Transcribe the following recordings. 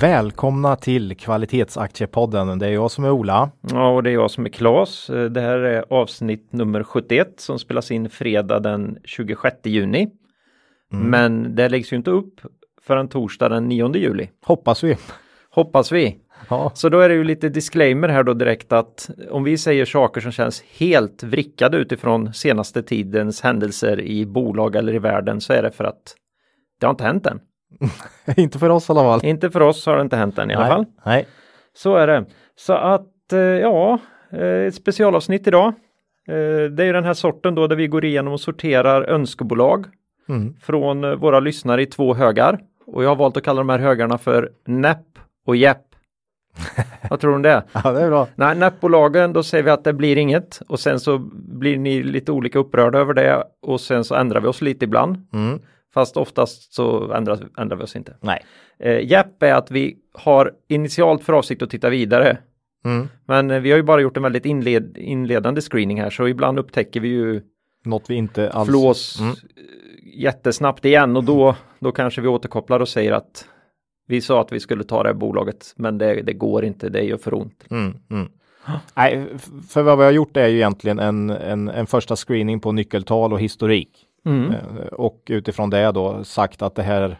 Välkomna till Kvalitetsaktiepodden. Det är jag som är Ola. Ja, och det är jag som är Klas. Eh, Det här är avsnitt nummer 71 som spelas in fredag den 26 juni. Mm. Men det läggs ju inte upp förrän torsdag den 9 juli. Hoppas vi. Hoppas vi. Ja. Så då är det ju lite disclaimer här då direkt att om vi säger saker som känns helt vrickade utifrån senaste tidens händelser i bolag eller i världen så är det för att det har inte hänt än. inte för oss i alla fall. Inte för oss har det inte hänt än i alla nej, fall. Nej. Så är det. Så att eh, ja, eh, ett specialavsnitt idag. Eh, Det är ju den här sorten då där vi går igenom och sorterar önskebolag mm. från våra lyssnare i två högar. Och jag har valt att kalla de här högarna för näpp och jäpp. Vad tror du om det? ja, det är bra. Nej, näppbolagen, då säger vi att det blir inget och sen så blir ni lite olika upprörda över det och sen så ändrar vi oss lite ibland. Mm. Fast oftast så ändras, ändrar vi oss inte. Nej. Eh, Japp är att vi har initialt för avsikt att titta vidare. Mm. Men eh, vi har ju bara gjort en väldigt inled, inledande screening här så ibland upptäcker vi ju något vi inte alls flås mm. jättesnabbt igen och då, då kanske vi återkopplar och säger att vi sa att vi skulle ta det här bolaget men det, det går inte, det gör för ont. Mm, Nej, för vad vi har gjort är ju egentligen en, en, en första screening på nyckeltal och historik. Mm. Och utifrån det då sagt att det här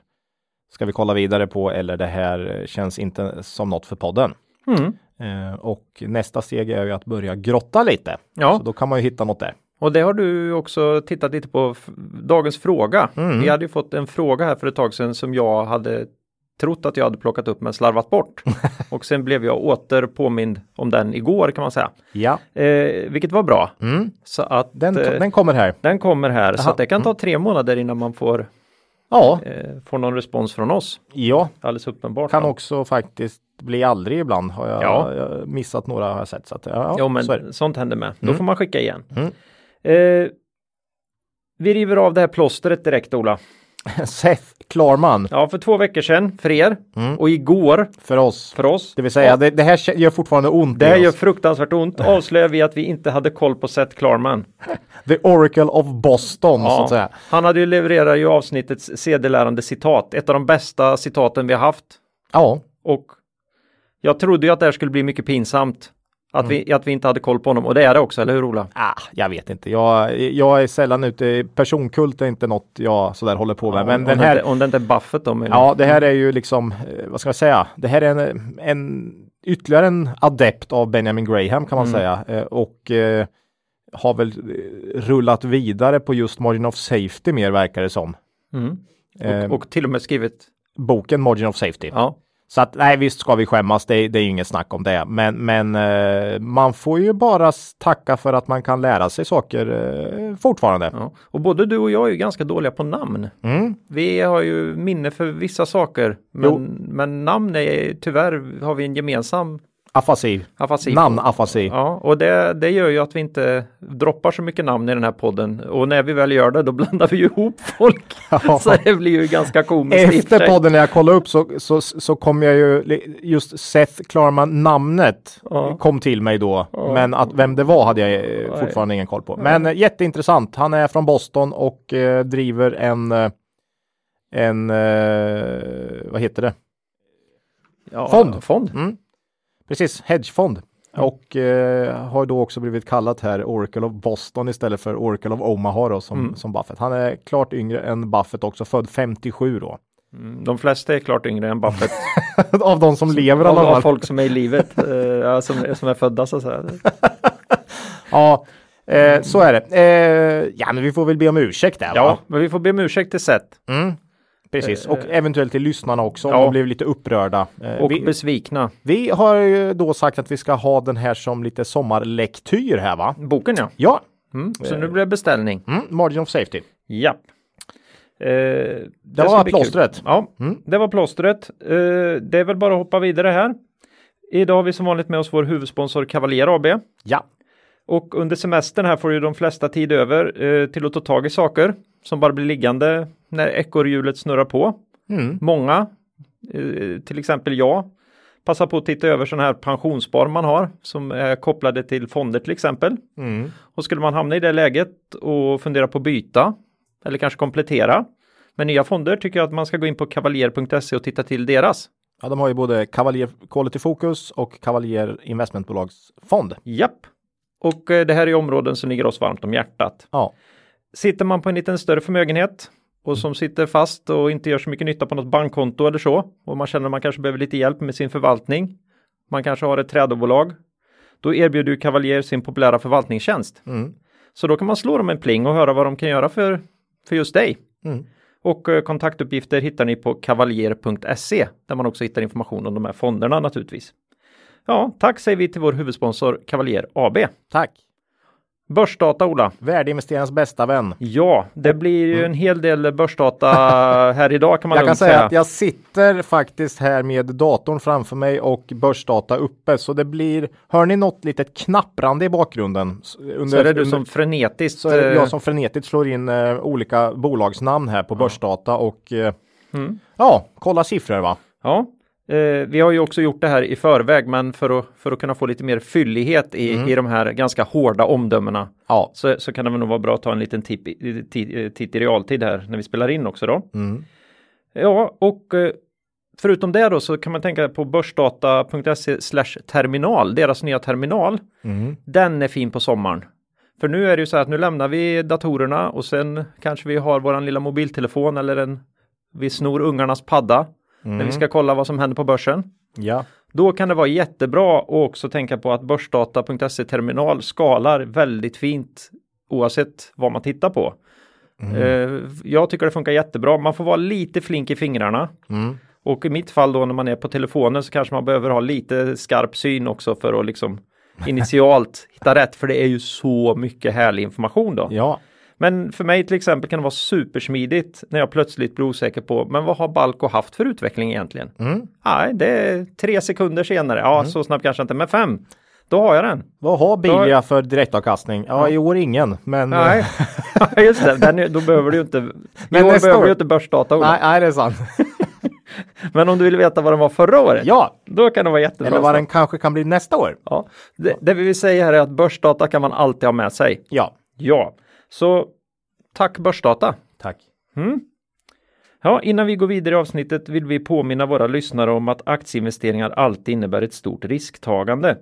ska vi kolla vidare på eller det här känns inte som något för podden. Mm. Och nästa steg är ju att börja grotta lite. Ja. Så då kan man ju hitta något där. Och det har du också tittat lite på dagens fråga. Mm. Vi hade ju fått en fråga här för ett tag sedan som jag hade trott att jag hade plockat upp men slarvat bort. och sen blev jag åter påmind om den igår kan man säga. Ja. Eh, vilket var bra. Mm. Så att, den, eh, den kommer här. Den kommer här, Aha. så det kan ta Mm. tre månader innan man får Ja. Eh, får någon respons från oss. Ja. Alldeles uppenbart. Kan då. också faktiskt bli aldrig ibland. Har jag, ja. jag missat några har jag sett. Så att, ja, jo, men så sånt händer med. Då mm. får man skicka igen. Mm. vi river av det här plåstret direkt Ola. Seth Klarman. Ja, för två veckor sedan för er mm. och igår för oss. För oss. Det vill säga, ja. det, det, här gör fortfarande ont. Det här gör fruktansvärt ont. Avslöjar vi att vi inte hade koll på Seth Klarman. The Oracle of Boston, ja. så att säga. Han hade ju levererat ju avsnittets sedelärande citat. Ett av de bästa citaten vi har haft. Ja. Och jag trodde ju att det här skulle bli mycket pinsamt. Att, mm. vi, att vi inte hade koll på honom och det är det också, eller hur Ola? Ah, jag vet inte, jag, jag är sällan ute, personkult är inte något jag sådär håller på med. Ja, men om, den här, det, om det inte är Buffett då? Men... Ja, det här är ju liksom, vad ska jag säga, det här är en, en ytterligare en adept av Benjamin Graham kan man mm. säga. Och eh, har väl eh, rullat vidare på just Margin of Safety mer verkar det som. Mm. Och, och, till och med skrivit? Boken Margin of Safety. Ja. Så att nej, visst ska vi skämmas, det, det är ju inget snack om det. Men, men eh, man får ju bara tacka för att man kan lära sig saker eh, fortfarande. Ja. Och både du och jag är ju ganska dåliga på namn. Mm. Vi har ju minne för vissa saker, men, men, namn är tyvärr har vi en gemensam Afasi. afasi. Namnafasi. Ja, och det, det gör ju att vi inte droppar så mycket namn i den här podden. Och när vi väl gör det, då blandar vi ju ihop folk. Ja. så det blir ju ganska komiskt. Efter podden när jag kollade upp så, så, så kom jag ju, just Seth Klarman, namnet ja. kom till mig då. Ja. Men att vem det var hade jag eh, fortfarande ingen koll på. Men eh, jätteintressant. Han är från Boston och eh, driver en, eh, en, eh, vad heter det? fond. fond. Mm. Precis, hedgefond. Mm. Och eh, har då också blivit kallat här Oracle of Boston istället för Oracle of Omaha då, som, mm. som Buffett. Han är klart yngre än Buffett också, född 57 då. Mm, de flesta är klart yngre än Buffett. av de som lever i alla fall. Av folk som är i livet, eh, som, som är födda så att säga. ja, eh, så är det. Eh, ja, men vi får väl be om ursäkt där. Ja, va? men vi får be om ursäkt till Seth. Precis, och eventuellt till lyssnarna också om Eh, ja. de blev lite upprörda. Eh, Och vi, besvikna. Vi har ju då sagt att vi ska ha den här som lite sommarlektyr här va? Boken ja. Ja. Mm, så Eh. nu blir det beställning. Mm, margin of safety. Ja. Eh, det, det, var plåstret. Ja, mm. det var plåstret. Eh, det är väl bara att hoppa vidare här. Idag har vi som vanligt med oss vår huvudsponsor Cavalier AB. Ja. Och under semestern här får ju de flesta tid över eh, till att ta tag i saker som bara blir liggande när ekorrhjulet snurrar på. Mm. Många, eh, till exempel jag, passar på att titta över sådana här pensionsspar man har som är kopplade till fonder till exempel. Mm. Och skulle man hamna i det läget och fundera på att byta eller kanske komplettera med nya fonder tycker jag att man ska gå in på kavaljer.se och titta till deras. Ja, de har ju både Cavalier Quality Focus och Cavalier Investmentbolagsfond. Japp. Och eh, det här är områden som ligger oss varmt om hjärtat. Ja, Sitter man på en liten större förmögenhet och som sitter fast och inte gör så mycket nytta på något bankkonto eller så och man känner att man kanske behöver lite hjälp med sin förvaltning. Man kanske har ett trädobolag. Då erbjuder ju Cavalier sin populära förvaltningstjänst. Mm. Så då kan man slå dem en pling och höra vad de kan göra för, för just dig. Mm. Och eh, kontaktuppgifter hittar ni på kavaljer.se där man också hittar information om de här fonderna naturligtvis. Ja, tack säger vi till vår huvudsponsor Cavalier AB. tack. Börsdata Ola. Värdeinvesterarens bästa vän. Ja, det blir ju en hel del börsdata här idag kan Mm. man Jag kan lugnt säga att jag sitter faktiskt här med datorn framför mig och börsdata uppe så det blir, hör ni något litet knapprande i bakgrunden? S- Under, Så är det du under- som frenetiskt. så är det eh, jag som frenetiskt slår in eh, olika bolagsnamn här på börsdata och eh, Mm. ja, kolla siffror va? Ja, eh, vi har ju också gjort det här i förväg, men för att, för att kunna få lite mer fyllighet i, Mm. i de här ganska hårda omdömena Ja, så, så kan det väl nog vara bra att ta en liten tipp i- i- ti- eh, titt i realtid här när vi spelar in också då. mm. Ja, och eh, förutom det då så kan man tänka på börsdata.se slash terminal, deras nya terminal. Mm. Den är fin på sommaren. För nu är det ju så här att nu lämnar vi datorerna och sen kanske vi har våran lilla mobiltelefon eller en vi snor ungarnas padda när Mm. vi ska kolla vad som händer på börsen. ja, Då kan det vara jättebra att också tänka på att börsdata.se terminal skalar väldigt fint oavsett vad man tittar på. Mm. Eh, Jag tycker det funkar jättebra. Man får vara lite flink i fingrarna. mm. Och i mitt fall då när man är på telefonen så kanske man behöver ha lite skarp syn också för att liksom initialt hitta rätt. För det är ju så mycket härlig information då. ja, Men för mig till exempel kan det vara supersmidigt när jag plötsligt blir osäker på, men vad har Balco haft för utveckling egentligen? Mm. Nej, det är tre sekunder senare. Ja, så snabbt kanske inte, men fem. Då har jag den. vad har Bilia för direktavkastning? Ja, i år ingen, men eh, Nej, just det. Den, är- då behöver du ju inte, Men men år nästa behöver år. du ju inte börsdata. Ola. nej, nej, det är sant. Men om du vill veta vad den var förra året, ja, då kan det vara jättebra. eller vad den kanske kan bli nästa år. ja. det, det vi vill säga här är att börsdata kan man alltid ha med sig. Ja, Ja, så tack börsdata. tack. Ja, innan vi går vidare i avsnittet vill vi påminna våra lyssnare om att aktieinvesteringar alltid innebär ett stort risktagande.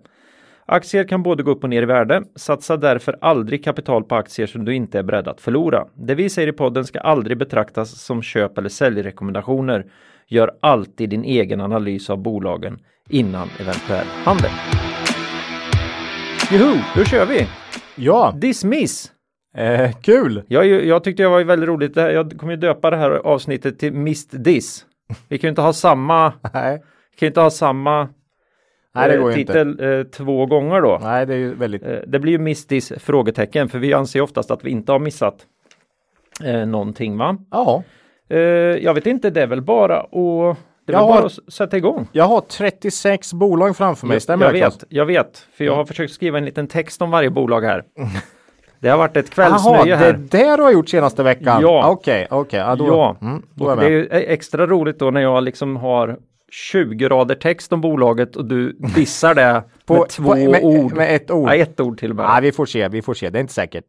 Aktier kan både gå upp och ner i värde. Satsa därför aldrig kapital på aktier som du inte är beredd att förlora. Det vi säger i podden ska aldrig betraktas som köp eller säljrekommendationer. Gör alltid din egen analys av bolagen innan eventuell handel. Juhu, då kör vi! Ja, Dismiss! eh, kul. Jag, är ju- jag tyckte det var väldigt roligt. Det här- Jag kommer ju döpa det här avsnittet till Mist Diss. Vi kan ju inte ha samma, Nej, kan ju inte ha samma nej det eh, går ju inte. titel eh, två gånger då. Nej, det är ju väldigt... Eh, det blir ju Mist Diss? Frågetecken, för vi anser ju oftast att vi inte har missat eh, någonting va? Ja, Eh, jag vet inte, det är väl bara att, det är Jag väl har- bara att s- sätta igång. jag har 36 bolag framför mig, stämmer jag det? vet, jag vet, för jag har försökt skriva en liten text om varje bolag här. Det har varit ett Jaha, kvällsnöje här. Mm. det där du har gjort senaste veckan? Ja. Okej, okej. Ja, då, Ja, mm, då är jag och med. det är ju e- extra roligt då när jag liksom har 20 rader text om bolaget och du dissar det På- med två på- med- ord. med ett ord. Ja, ett ord till och med. Nej, vi får se, vi får se. Det är inte säkert.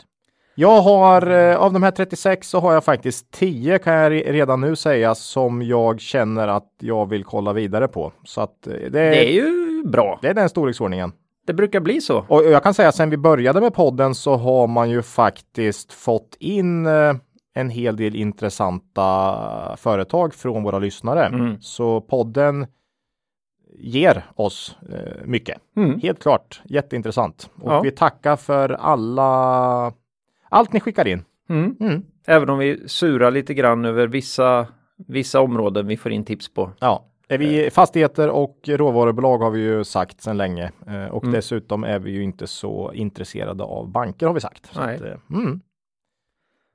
Jag har, eh, av de här 36 så har jag faktiskt 10 kan jag re- redan nu säga som jag känner att jag vill kolla vidare på. Så att eh, det är, Det är ju bra. det är den storleksordningen. Det brukar bli så. Och jag kan säga sen vi började med podden så har man ju faktiskt fått in eh, en hel del intressanta företag från våra lyssnare. Mm. Så podden ger oss eh, mycket. Mm. Helt klart jätteintressant. Och Ja. vi tackar för alla allt ni skickar in. Mm. Mm. Även om vi surar lite grann över vissa, vissa områden vi får in tips på. Ja, är Eh. vi fastigheter och råvarubolag har vi ju sagt sedan länge Eh, och Mm. dessutom är vi ju inte så intresserade av banker har vi sagt. Så, Nej. att, eh, mm.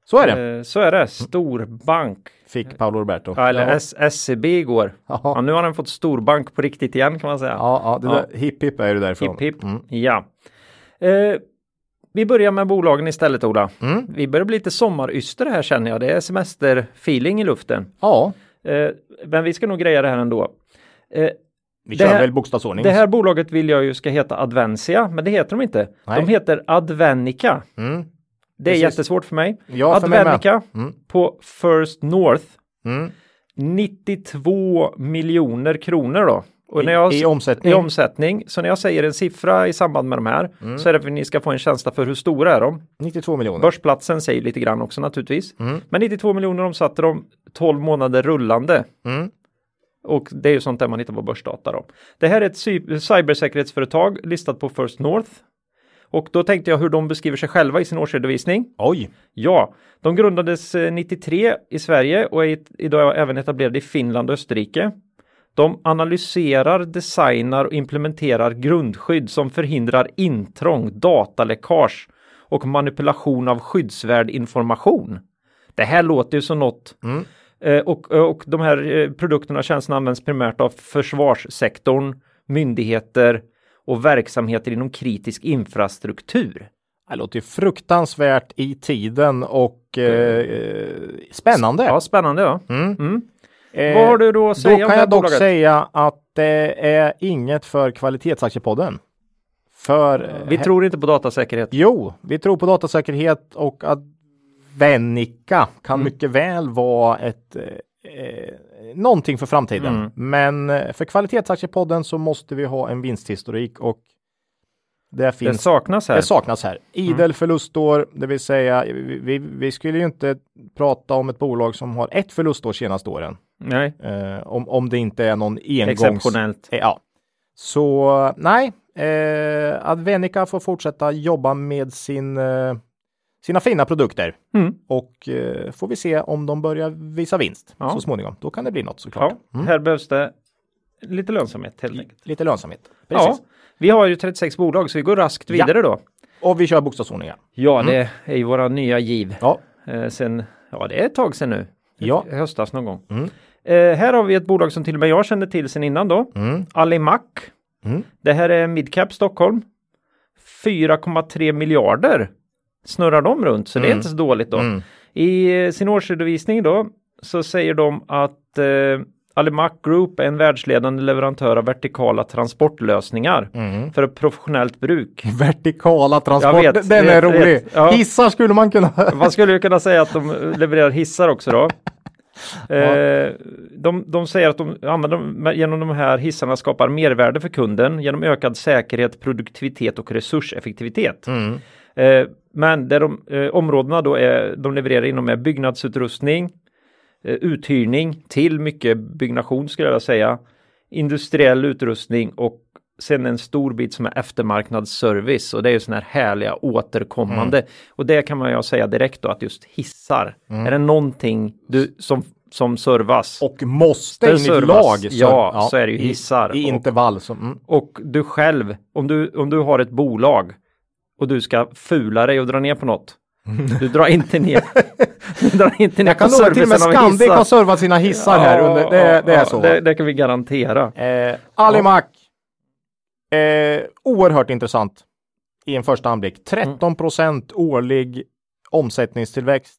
så är det. Eh, Så är det, storbank. Fick Paolo Roberto. Ja, eller ja. S- SEB igår. Ja. Ja, nu har den fått storbank på riktigt igen kan man säga. Ja, ja, det Mm. Ja. Där, hipp hipp är det därifrån. Hipp hipp. Mm. Ja. Eh, Vi börjar med bolagen istället Ola. Mm. Vi börjar bli lite sommaryster här känner jag. Det är semesterfeeling i luften. Ja, Eh, men vi ska nog greja det här ändå. Eh, vi Det kör här- väl bokstavsordning. det här bolaget vill jag ju ska heta Advensia, men det heter de inte. Nej. De heter Advenica. Mm. Det är Precis. jättesvårt för mig. Ja, för mig med. Advenica Mm. på First North, Mm. 92 miljoner kronor då. Och när jag, I, I omsättning. i omsättning. Så när jag säger en siffra i samband med de här Mm. så är det för att ni ska få en känsla för hur stora är de. 92 miljoner. Mm. Börsplatsen säger lite grann också naturligtvis. Men 92 miljoner omsatte de 12 månader rullande. Mm. Och det är ju sånt där man hittar på börsdata då. Det här är ett cy- cybersäkerhetsföretag listat på First North. Och då tänkte jag hur de beskriver sig själva i sin årsredovisning. Oj. Ja, de grundades eh, 93 i Sverige och är i- idag även etablerade i Finland och Österrike. De analyserar, designar och implementerar grundskydd som förhindrar intrång, dataläckage och manipulation av skyddsvärd information. Det här låter ju som något. Eh, och, och de här eh, produkterna och tjänsterna används primärt av försvarssektorn, myndigheter och verksamheter inom kritisk infrastruktur. Det låter ju fruktansvärt i tiden och eh, eh, spännande. Ja, spännande Mm. ja. Mm. Eh, Vad har du då att säga om Då det kan här jag dock bolaget? säga att det är inget för kvalitetsaktiepodden. För Vi eh, tror inte på datasäkerhet. Jo, vi tror på datasäkerhet och att Venica kan Mm. mycket väl vara ett eh, eh, någonting för framtiden. Mm. Men eh, för kvalitetsaktiepodden så måste vi ha en vinsthistorik och det Det finns. saknas här. Mm. Det saknas här. Idel förlustår, det vill säga vi, vi, vi skulle ju inte prata om ett bolag som har ett förlustår senaste åren. Nej, Eh, om, om det inte är någon engångs... exceptionellt. Eh, Ja. Så nej, eh, Advenica får fortsätta jobba med sin, eh, sina fina produkter Mm. och eh, får vi se om de börjar visa vinst Ja. så småningom. Då kan det bli något såklart. Ja, här behövs det lite lönsamhet helt enkelt. Lite lönsamhet. Ja, Precis. vi har ju 36 bolag så vi går raskt Ja. vidare då. Och vi kör bokstavsordningar. Ja, det är ju våra nya giv. Ja. Eh, sen, ja, det är ett tag sedan nu. Ja. I höstas någon gång. Eh, här har vi ett bolag som till och med jag kände till sen innan då. Alimak. Mm. Det här är Midcap Stockholm. 4,3 miljarder snurrar de runt, så det är inte så dåligt då. Mm. I eh, sin årsredovisning då så säger de att eh, Alimak Group är en världsledande leverantör av vertikala transportlösningar för ett professionellt bruk. Vertikala Jag transporter, vet, den är vet, rolig. vet. Ja. Hissar skulle man kunna... Man skulle ju kunna säga att de eh, levererar hissar också då. Eh, de, de säger att de använder de, genom de här hissarna skapar mervärde för kunden genom ökad säkerhet, produktivitet och resurseffektivitet. Mm. Eh, men där de eh, områdena då är, de levererar inom är byggnadsutrustning, eh, uthyrning till mycket byggnation skulle jag vilja säga, industriell utrustning och sen en stor bit som är eftermarknadsservice och det är ju sådana här härliga återkommande Mm. och det kan man ju säga direkt då att just hissar, är det någonting du, som, som servas? Och måste Det in i ett servas. lag. så- Ja, så är det ju i- hissar. I Och- intervall. Så, mm. och du själv, om du, om du har ett bolag och du ska fula dig och dra ner på något. Du drar inte ner. du drar inte ner Mm. Jag kan på lova till och med servicen av Scandic hissar. har servat sina hissar här under. Det, Ja, det är ja, så. Det, det kan vi garantera. Eh, Alimak. Eh, oerhört intressant i en första anblick. 13 procent årlig omsättningstillväxt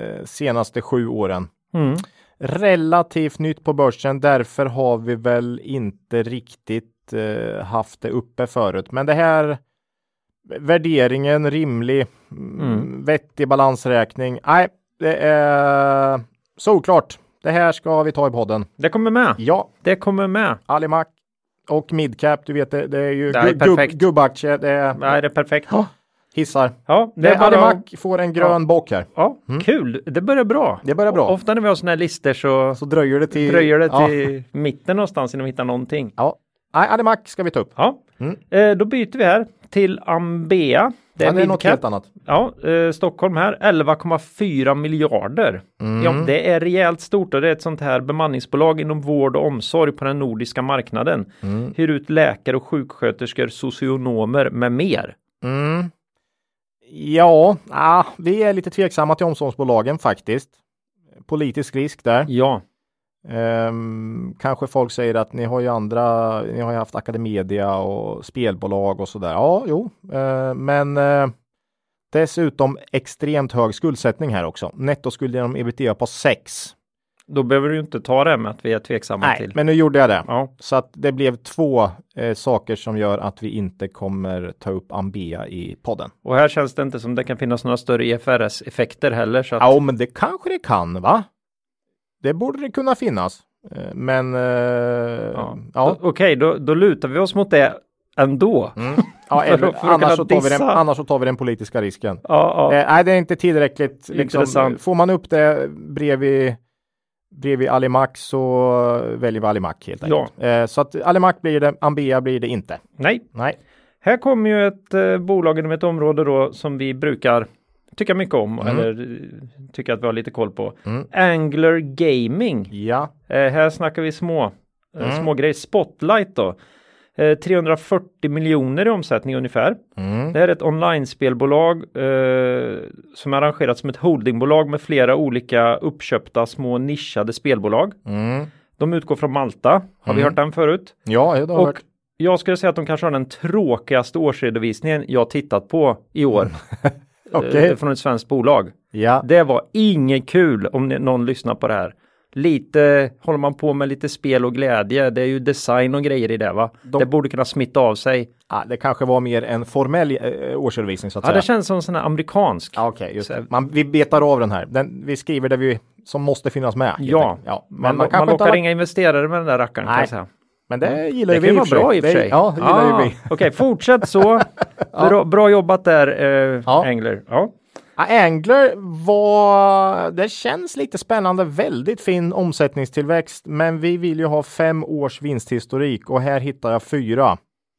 eh, senaste sju åren. Mm. Relativt nytt på börsen. Därför har vi väl inte riktigt eh, haft det uppe förut. Men det här värderingen rimlig, mm. vettig balansräkning. Nej, det är såklart. Det här ska vi ta i podden. Det kommer med. Ja, Det kommer med. Alimak och midcap, du vet det, det är ju Det här är gu- gubb, perfekt. gubbaktier, det är Ja, det är perfekt. Ja. hissar. Ja, det Det är bara, Alimak får en grön bock här. ja, kul. Det börjar bra. Det börjar bra. Ofta när vi har sådana här listor så, Så dröjer det till... dröjer det Ja. till mitten någonstans innan vi hittar någonting. Ja. Nej, Alimak ska vi ta upp. Ja, eh, då byter vi här till Ambea. Det är, Mm. ja, det är något midcap. helt annat. Ja, eh, Stockholm här, 11,4 miljarder. Ja, Mm. det är rejält stort och det är ett sånt här bemanningsbolag inom vård och omsorg på den nordiska marknaden. Mm. Hyr ut läkare och sjuksköterskor, socionomer med mer. Mm. Ja, ah, vi är lite tveksamma till omsorgsbolagen faktiskt. Politisk risk där. Ja, Ehm, kanske folk säger att ni har ju andra, ni har ju haft Academedia och spelbolag och sådär. Ja, jo, eh, men eh, Dessutom extremt hög skuldsättning här också. Nettoskuld genom ebitda på 6. Då behöver du inte ta det med att vi är tveksamma Nej, till. men nu gjorde jag det. Ja. Så att det blev två eh, saker som gör att vi inte kommer ta upp Ambea i podden. Och här känns det inte som det kan finnas några större E EFRS-effekter heller. Så att, Ja, men det kanske det kan, va? Det borde det kunna finnas. Eh, Men eh, ja, ja. ja. Okej, då, då lutar vi oss mot det ändå. Mm. eller, för att kunna annars, så tar vi den, dissa. annars så tar vi den politiska risken. Ja, ja. Eh, nej, det är inte tillräckligt. Liksom, Intressant. får man upp det bredvid, bredvid Alimak så väljer vi Alimak helt Ja. enkelt. Eh, så att Alimak blir det, Ambea blir det inte. Nej, Nej. här kommer ju ett eh, bolag inom ett område då som vi brukar tycka mycket om eller eh, tycka att vi har lite koll på. Mm. Angler Gaming. Ja. Eh, här snackar vi små, eh, Mm. små grejer. Spotlight då. Eh, 340 miljoner i omsättning ungefär. Mm. Det här är ett online-spelbolag eh, som är arrangerat som ett holdingbolag med flera olika uppköpta små nischade spelbolag. Mm. De utgår från Malta. Har vi Mm. hört den förut? Ja, det har Och varit. jag skulle säga att de kanske har den tråkigaste årsredovisningen jag tittat på i år Mm. Okej. eh, från ett svenskt bolag. Ja. Det var inget kul om ni- någon lyssnar på det här. Lite håller man på med lite spel och glädje. Det är ju design och grejer i det va? De- Det borde kunna smitta av sig. Ja, det kanske var mer en formell eh, årsredovisning så att Ja, säga. det känns som sån här amerikansk. Ja, okej, just det. Så- Man, vi betar av den här. Den, vi skriver det vi, som måste finnas med. helt Ja, enkelt. ja. Men man, man, man, kanske inte lockar alla- inga investerare med den där rackaren. kan Nej. jag säga. Mm. Men det gillar ju Det kan ju vi vara bra i och för Det- sig. Ja, det gillar Ah, ju vi. Okej, fortsätt så. bra, bra jobbat där, eh, Ja. Engler. Ja. Ja, Angler var, det känns lite spännande, väldigt fin omsättningstillväxt, men vi vill ju ha fem års vinsthistorik och här hittar jag fyra.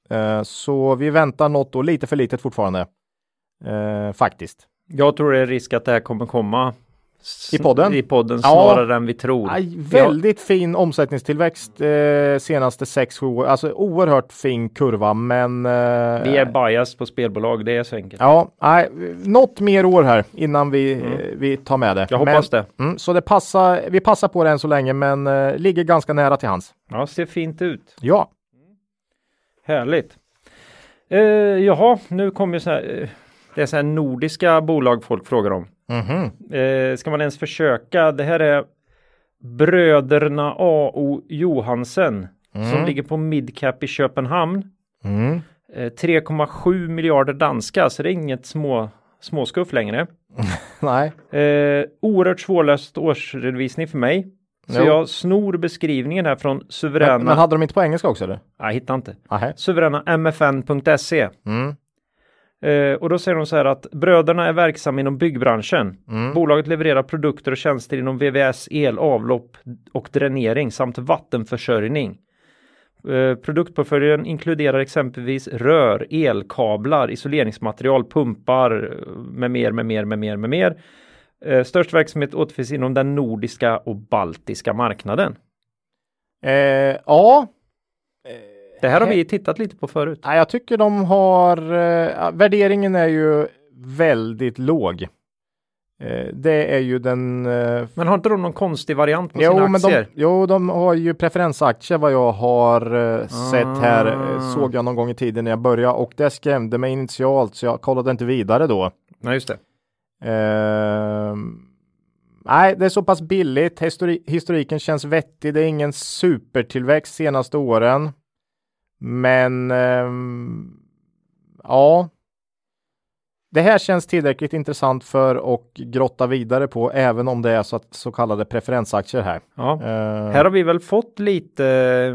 Eh, så vi väntar något och lite för litet fortfarande. Eh, faktiskt. Jag tror det är risk att det här kommer komma s- I podden? i podden Ja. snarare än vi tror. Aj, väldigt fin omsättningstillväxt eh, senaste 6-7 år, alltså oerhört fin kurva, men eh, Vi är biased på spelbolag, det är så enkelt. Ja, nej, något mer år här innan vi, eh, vi tar med det. Mm. Jag hoppas det. Mm, så det passar, vi passar på det än så länge, men eh, ligger ganska nära till hans. Ja, ser fint ut. Ja, Härligt. Eh, jaha, nu kommer ju så här. eh, Det är så här nordiska bolag folk frågar om. Mhm. Eh, ska man ens försöka? Det här är bröderna A.O. Johansen som ligger på Midcap i Köpenhamn. Mm. Eh, 3,7 miljarder danska, så det är inget små, småskuff längre. nej, Eh, oerhört svårläst årsredovisning för mig. Så Jo. jag snor beskrivningen här från suveräna... men, men hade de inte på engelska också eller? Jag hittar inte. Nähä. Suveräna mfn.se. Mm. Eh, och då säger de så här att bröderna är verksamma inom byggbranschen. Mm. Bolaget levererar produkter och tjänster inom VVS, el, avlopp och dränering samt vattenförsörjning. Eh, produktportföljen inkluderar exempelvis rör, elkablar, isoleringsmaterial, pumpar eh, med mer, med mer, med mer, med mer. Eh, störst verksamhet återfinns inom den nordiska och baltiska marknaden. Eh, ja, Det här har vi tittat lite på förut. nej, jag tycker de har, eh, värderingen är ju väldigt låg. Eh, det är ju den eh, Men har inte de någon konstig variant på Jo, sina men de, aktier? jo, de har ju preferensaktier vad jag har eh, sett här. Ah. eh, Såg jag någon gång i tiden när jag började och det skrämde mig initialt så jag kollade inte vidare då. Nej, just det. Ehm, nej, det är så pass billigt. Histori historiken känns vettig. Det är ingen supertillväxt senaste åren. Men ehm, ja. Det här känns tillräckligt intressant för att grotta vidare på, även om det är så, att, så kallade preferensaktier här. Ja. Eh, Här har vi väl fått lite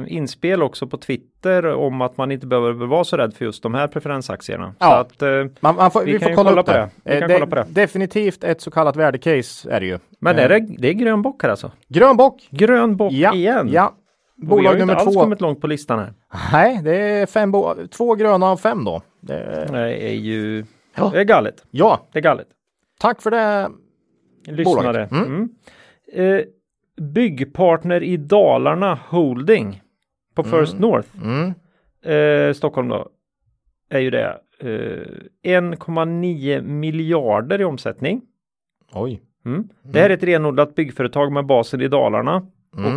eh, inspel också på Twitter om att man inte behöver vara så rädd för just de här preferensaktierna. Ja. Så att, eh, man, man får, vi, vi kan får ju kolla, kolla upp på det. det. Vi Eh, kan det kolla på det. Definitivt ett så kallat värdecase är det ju. men är det, det är grön bock här alltså. Grön bock. Grön bock Eh. Ja, igen. ja. Och vi har Bolag ju inte nummer alls två. kommit långt på listan här. Nej, det är fem bo- två gröna av fem då. Det... Det är ju Ja. det är galet. Ja, Det är galet. tack för det. Lyssnare. Bolaget. Mm. Eh, byggpartner i Dalarna Holding på First North. Mm. eh, Stockholm då, är ju det eh, 1,9 miljarder i omsättning. Oj. Mm. Det här är ett renodlat byggföretag med basen i Dalarna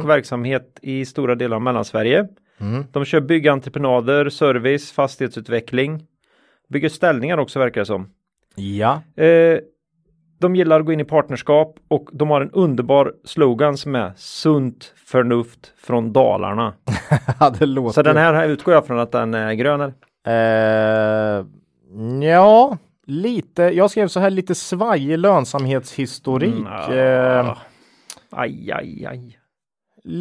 och verksamhet i stora delar av Mellansverige. Mm. De kör byggentreprenader, service, fastighetsutveckling, bygger ställningar också verkar det som. Ja, Eh, de gillar att gå in i partnerskap och de har en underbar slogan som är sunt förnuft från Dalarna. det låter... Så den här, här utgår jag från att den är grön. Eller? Eh, ja, lite. Jag skrev så här lite svajig lönsamhetshistorik. Eh, Ah. Aj, aj, aj.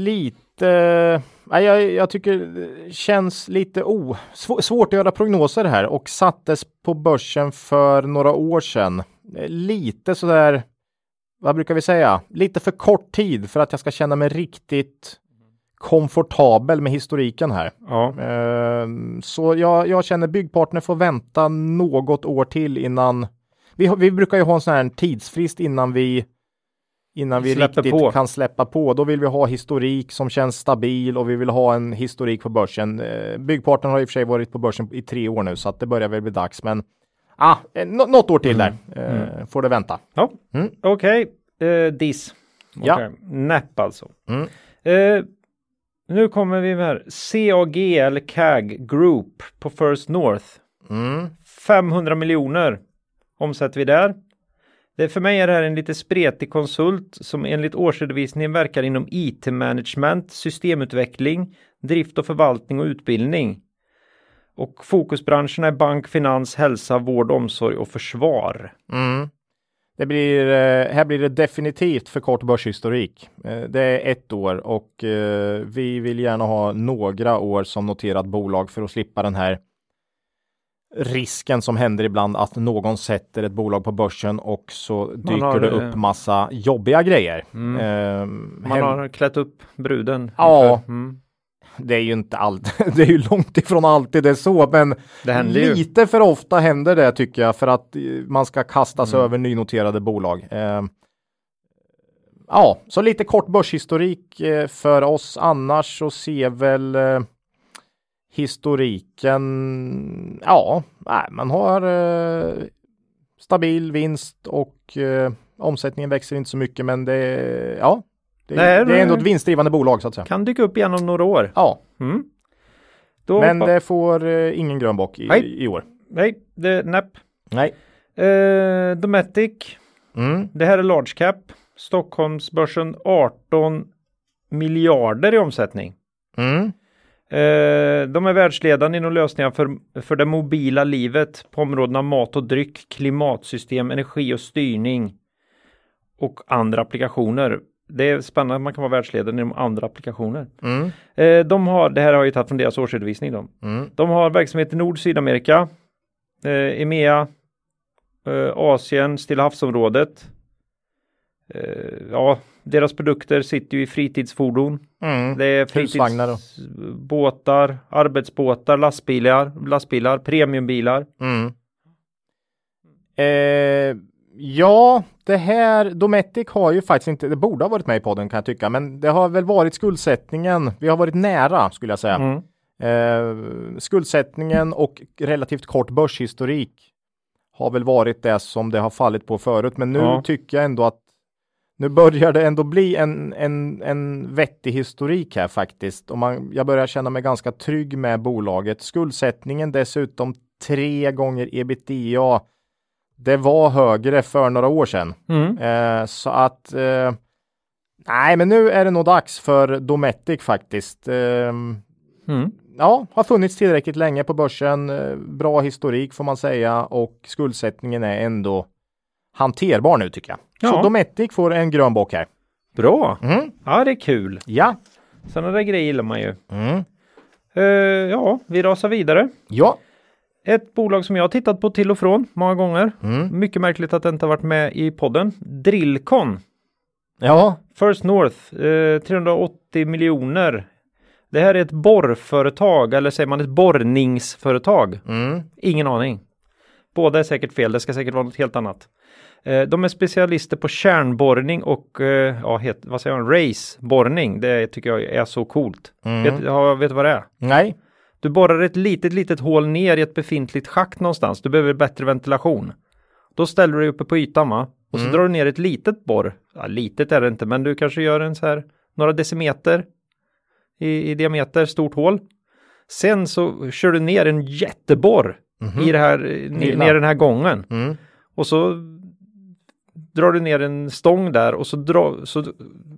lite. Nej, jag, jag tycker det känns lite o... Svå, svårt att göra prognoser här och sattes på börsen för några år sedan. Eh, Lite så där. Vad brukar vi säga? Lite för kort tid för att jag ska känna mig riktigt komfortabel med historiken här. Ja. Ehm, Så jag, jag känner byggpartner får vänta något år till innan. Vi, har- vi brukar ju ha en sån här en tidsfrist innan vi innan vi Släpper riktigt på. kan släppa på. Då vill vi ha historik som känns stabil och vi vill ha en historik på börsen. Eh, Byggpartnern har i och för sig varit på börsen i tre år nu så att det börjar väl bli dags. Men ah, eh, nå- något år till där Mm. eh, får det vänta. ja. Mm. Okej, eh, diss. Ja. Okej. Näpp alltså. Mm. Eh, nu kommer vi med här. CAGL CAG Group på First North. Mm. 500 miljoner omsätter vi där. Det, för mig är det här en lite spretig konsult som enligt årsredovisningen verkar inom IT-management, systemutveckling, drift och förvaltning och utbildning. Och fokusbranscherna är bank, finans, hälsa, vård, omsorg och försvar. Mm. Det blir, eh, här blir det definitivt för kort börshistorik. Eh, Det är ett år och eh, vi vill gärna ha några år som noterat bolag för att slippa den här risken som händer ibland att någon sätter ett bolag på börsen och så dyker har, det eh, Mm. upp massa jobbiga grejer. Eh, Man hem- har klätt upp bruden. Ja. inför- Mm. Det är ju inte allt. Det är ju långt ifrån alltid det är så, men Det händer ju. lite för ofta händer det tycker jag för att eh, man ska kasta Mm. sig över nynoterade bolag. Eh, ja, så lite kort börshistorik eh, för oss. Annars så ser väl eh, historiken. Ja, nej, man har eh, stabil vinst och eh, omsättningen växer inte så mycket, men det ja, det, Nej, det är ändå nej. ett vinstdrivande bolag så att säga. Kan dyka upp igen om några år. Ja. Mm. Då Men hoppa- det får eh, ingen grön bock Nej. i, i år. Nej, det, näpp. Nej. Eh, Dometic. Mm. Det här är large cap. Stockholmsbörsen 18 miljarder i omsättning. Mm. Eh, de är världsledande inom lösningar för, för det mobila livet på områdena mat och dryck, klimatsystem, energi och styrning och andra applikationer. Det är spännande att man kan vara världsledande inom andra applikationer. Mm. Eh, de har, det här har jag ju tagit från deras årsredovisning. Då. Mm. De har verksamhet i Nord, Sydamerika, eh, EMEA, eh, Asien, Stilla havsområdet. Eh, ja, deras produkter sitter ju i fritidsfordon. Mm. Det är Husvagnar och- fritidsbåtar, arbetsbåtar, lastbilar, lastbilar, premiumbilar. Mm. Eh, ja, det här Dometic har ju faktiskt inte, det borde ha varit med i podden kan jag tycka, men det har väl varit skuldsättningen. Vi har varit nära skulle jag säga. Mm. Eh, skuldsättningen och relativt kort börshistorik har väl varit det som det har fallit på förut, men nu Ja. tycker jag ändå att nu börjar det ändå bli en, en, en vettig historik här faktiskt. Och man, jag börjar känna mig ganska trygg med bolaget. Skuldsättningen dessutom tre gånger ebitda. Det var högre för några år sedan. Mm. Eh, så att eh, nej, men nu är det nog dags för Dometic faktiskt. Ehm, Mm. ja, har funnits tillräckligt länge på börsen. eh, Bra historik får man säga och skuldsättningen är ändå hanterbar nu tycker jag. Ja. Så Dometic får en grön bock här. Bra! Mm. Ja, det är kul. Ja. Sådana där grejer gillar man ju. Mm. Eh, ja, vi rasar vidare. Ja. Ett bolag som jag har tittat på till och från många gånger. Mm. Mycket märkligt att det inte har varit med i podden. Drillcon. Ja. First North, eh, 380 miljoner. Det här är ett borrföretag, eller säger man ett borrningsföretag? Mm. Ingen aning. Båda är säkert fel, det ska säkert vara något helt annat. Eh, de är specialister på kärnborrning och, eh, ja, het, vad säger man, raceborrning. Det tycker jag är så coolt. Mm. Vet, ja, vet du vad det är? Nej. Du borrar ett litet, litet hål ner i ett befintligt schakt någonstans. Du behöver bättre ventilation. Då ställer du dig uppe på ytan va? Och Mm. så drar du ner ett litet borr. Ja, litet är det inte, men du kanske gör en så här några decimeter i, i diameter, stort hål. Sen så kör du ner en jätteborr i det här, eh, ne- Gillar. ner den här gången. Mhm. Mm. Och så drar du ner en stång där och så, dra, så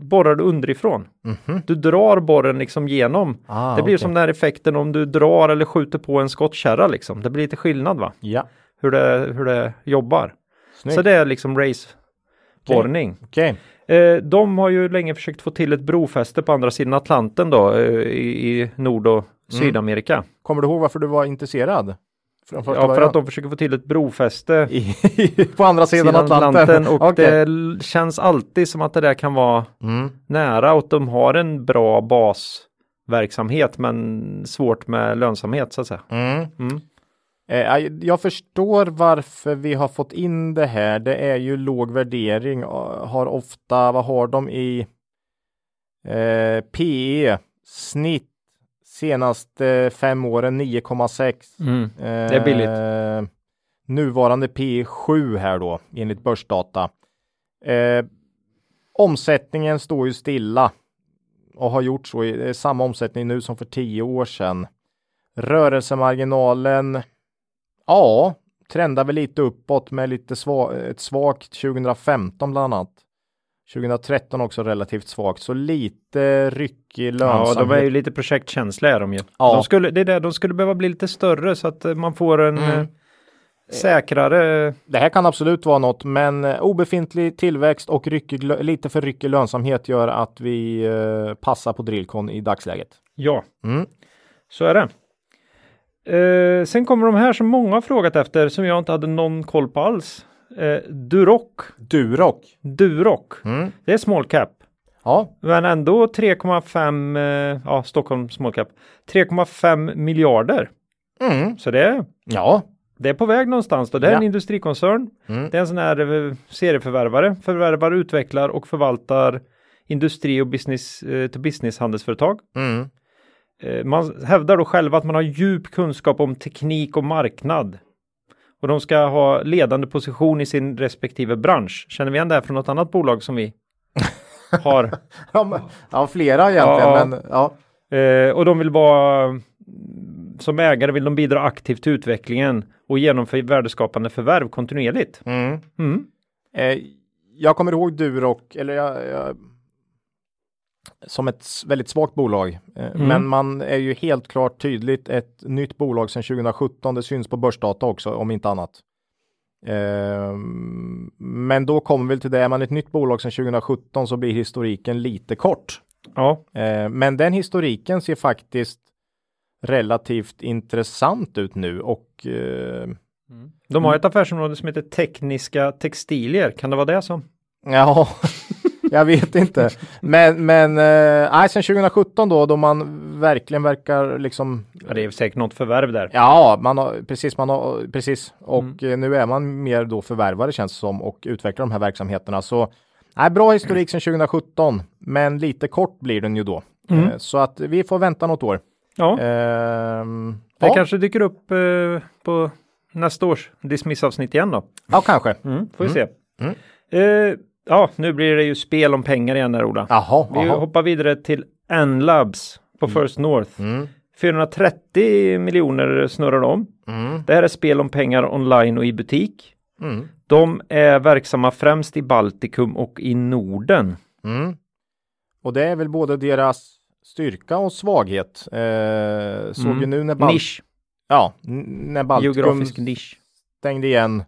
borrar du underifrån. Mhm. Du drar borren liksom genom. Ah, det blir okej. som den här effekten om du drar eller skjuter på en skottkärra liksom. Det blir lite skillnad va? Ja, Hur det, hur det jobbar. snyggt. Så det är liksom raceborrning. Okej. Eh, de har ju länge försökt få till ett brofäste på andra sidan Atlanten då eh, i, i Nord och Mm. Sydamerika. Kommer du ihåg varför du var intresserad? Från första Ja, för början? att de försöker få till ett brofäste I- på andra sidan, sidan Atlanten. Atlanten, och eh, Okej. det l- känns alltid som att det där kan vara Mm. nära och att de har en bra basverksamhet men svårt med lönsamhet så att säga. Mm. Mm. Eh, jag förstår varför vi har fått in det här. Det är ju låg värdering. eh, Har ofta, vad har de i eh, PE? Snitt senaste fem åren 9,6. Det är billigt. Eh, nuvarande P 7 här då enligt börsdata. Eh, omsättningen står ju stilla och har gjort så i det är samma omsättning nu som för tio år sedan. Rörelsemarginalen. Ja, trendar väl lite uppåt med lite sva- ett svagt 2015 bland annat. 2013 också relativt svagt, så lite ryckig Ja, lönsamhet. de är ju lite projektkänsliga är de ju. Ja. De skulle, det är det, de skulle behöva bli lite större så att eh, man får en Mm. eh, säkrare eh, Det här kan absolut vara något, men eh, obefintlig tillväxt och ryckig, lö- lite för ryckig lönsamhet gör att vi eh, passar på Drillcon i dagsläget. Ja, Mm. så är det. Eh, sen kommer de här som många har frågat efter som jag inte hade någon koll på alls. Eh, Duroc, Duroc. Duroc, Mm. det är small cap. Ja, Men ändå 3,5, eh, ja Stockholm small cap, 3,5 miljarder. mm. Så det är, ja, det är på väg någonstans då. Det är Ja. en industrikoncern. Mm. Det är en sån här eh, serieförvärvare, förvärvar, utvecklar och förvaltar industri och business eh, to business handelsföretag. mm. Eh, man hävdar då själva att man har djup kunskap om teknik och marknad. Och de ska ha ledande position i sin respektive bransch. Känner vi igen det här från något annat bolag som vi har? ja, men, ja flera egentligen, Ja. men ja. Eh, och de vill vara, mm, som ägare vill de bidra aktivt till utvecklingen och genomföra värdeskapande förvärv kontinuerligt. Mm. Mm. Eh, jag kommer ihåg Duroc, eller jag, jag, som ett s- väldigt svagt bolag, eh, men man är ju helt klart tydligt ett nytt bolag sedan 2017. Det syns på börsdata också, om inte annat. Eh, men då kommer vi till det, är man ett nytt bolag sedan 2017 så blir historiken lite kort. Ja, Eh, men den historiken ser faktiskt relativt intressant ut nu och eh, de Mm. har ett affärsområde som heter tekniska textilier. Kan det vara det som? Ja, jag vet inte. Men, men eh, nej, sen 2017 då, då man verkligen verkar liksom, Ja, det är säkert något förvärv där. ja, man har, precis, man har, precis. Och Mm. eh, nu är man mer då förvärvare känns det som och utvecklar de här verksamheterna. Så nej, bra historik sen 2017, men lite kort blir den ju då. Mm. Eh, så att vi får vänta något år. Ja, Ehm, det ja, kanske dyker upp eh, på nästa års dismissavsnitt igen då. ja, kanske. Mm, får vi se. Eh, ja, nu blir det ju spel om pengar igen där Ola. Jaha, Vi jaha. hoppar vidare till N-Labs på First North. Mm. 430 miljoner snurrar de. Mm. Det här är spel om pengar online och i butik. Mm. De är verksamma främst i Baltikum och i Norden. Mm. Och det är väl både deras styrka och svaghet. Eh, såg ju nu när, Bal- Mm. Nisch, ja, n- när Baltikum geografisk nisch. stängde igen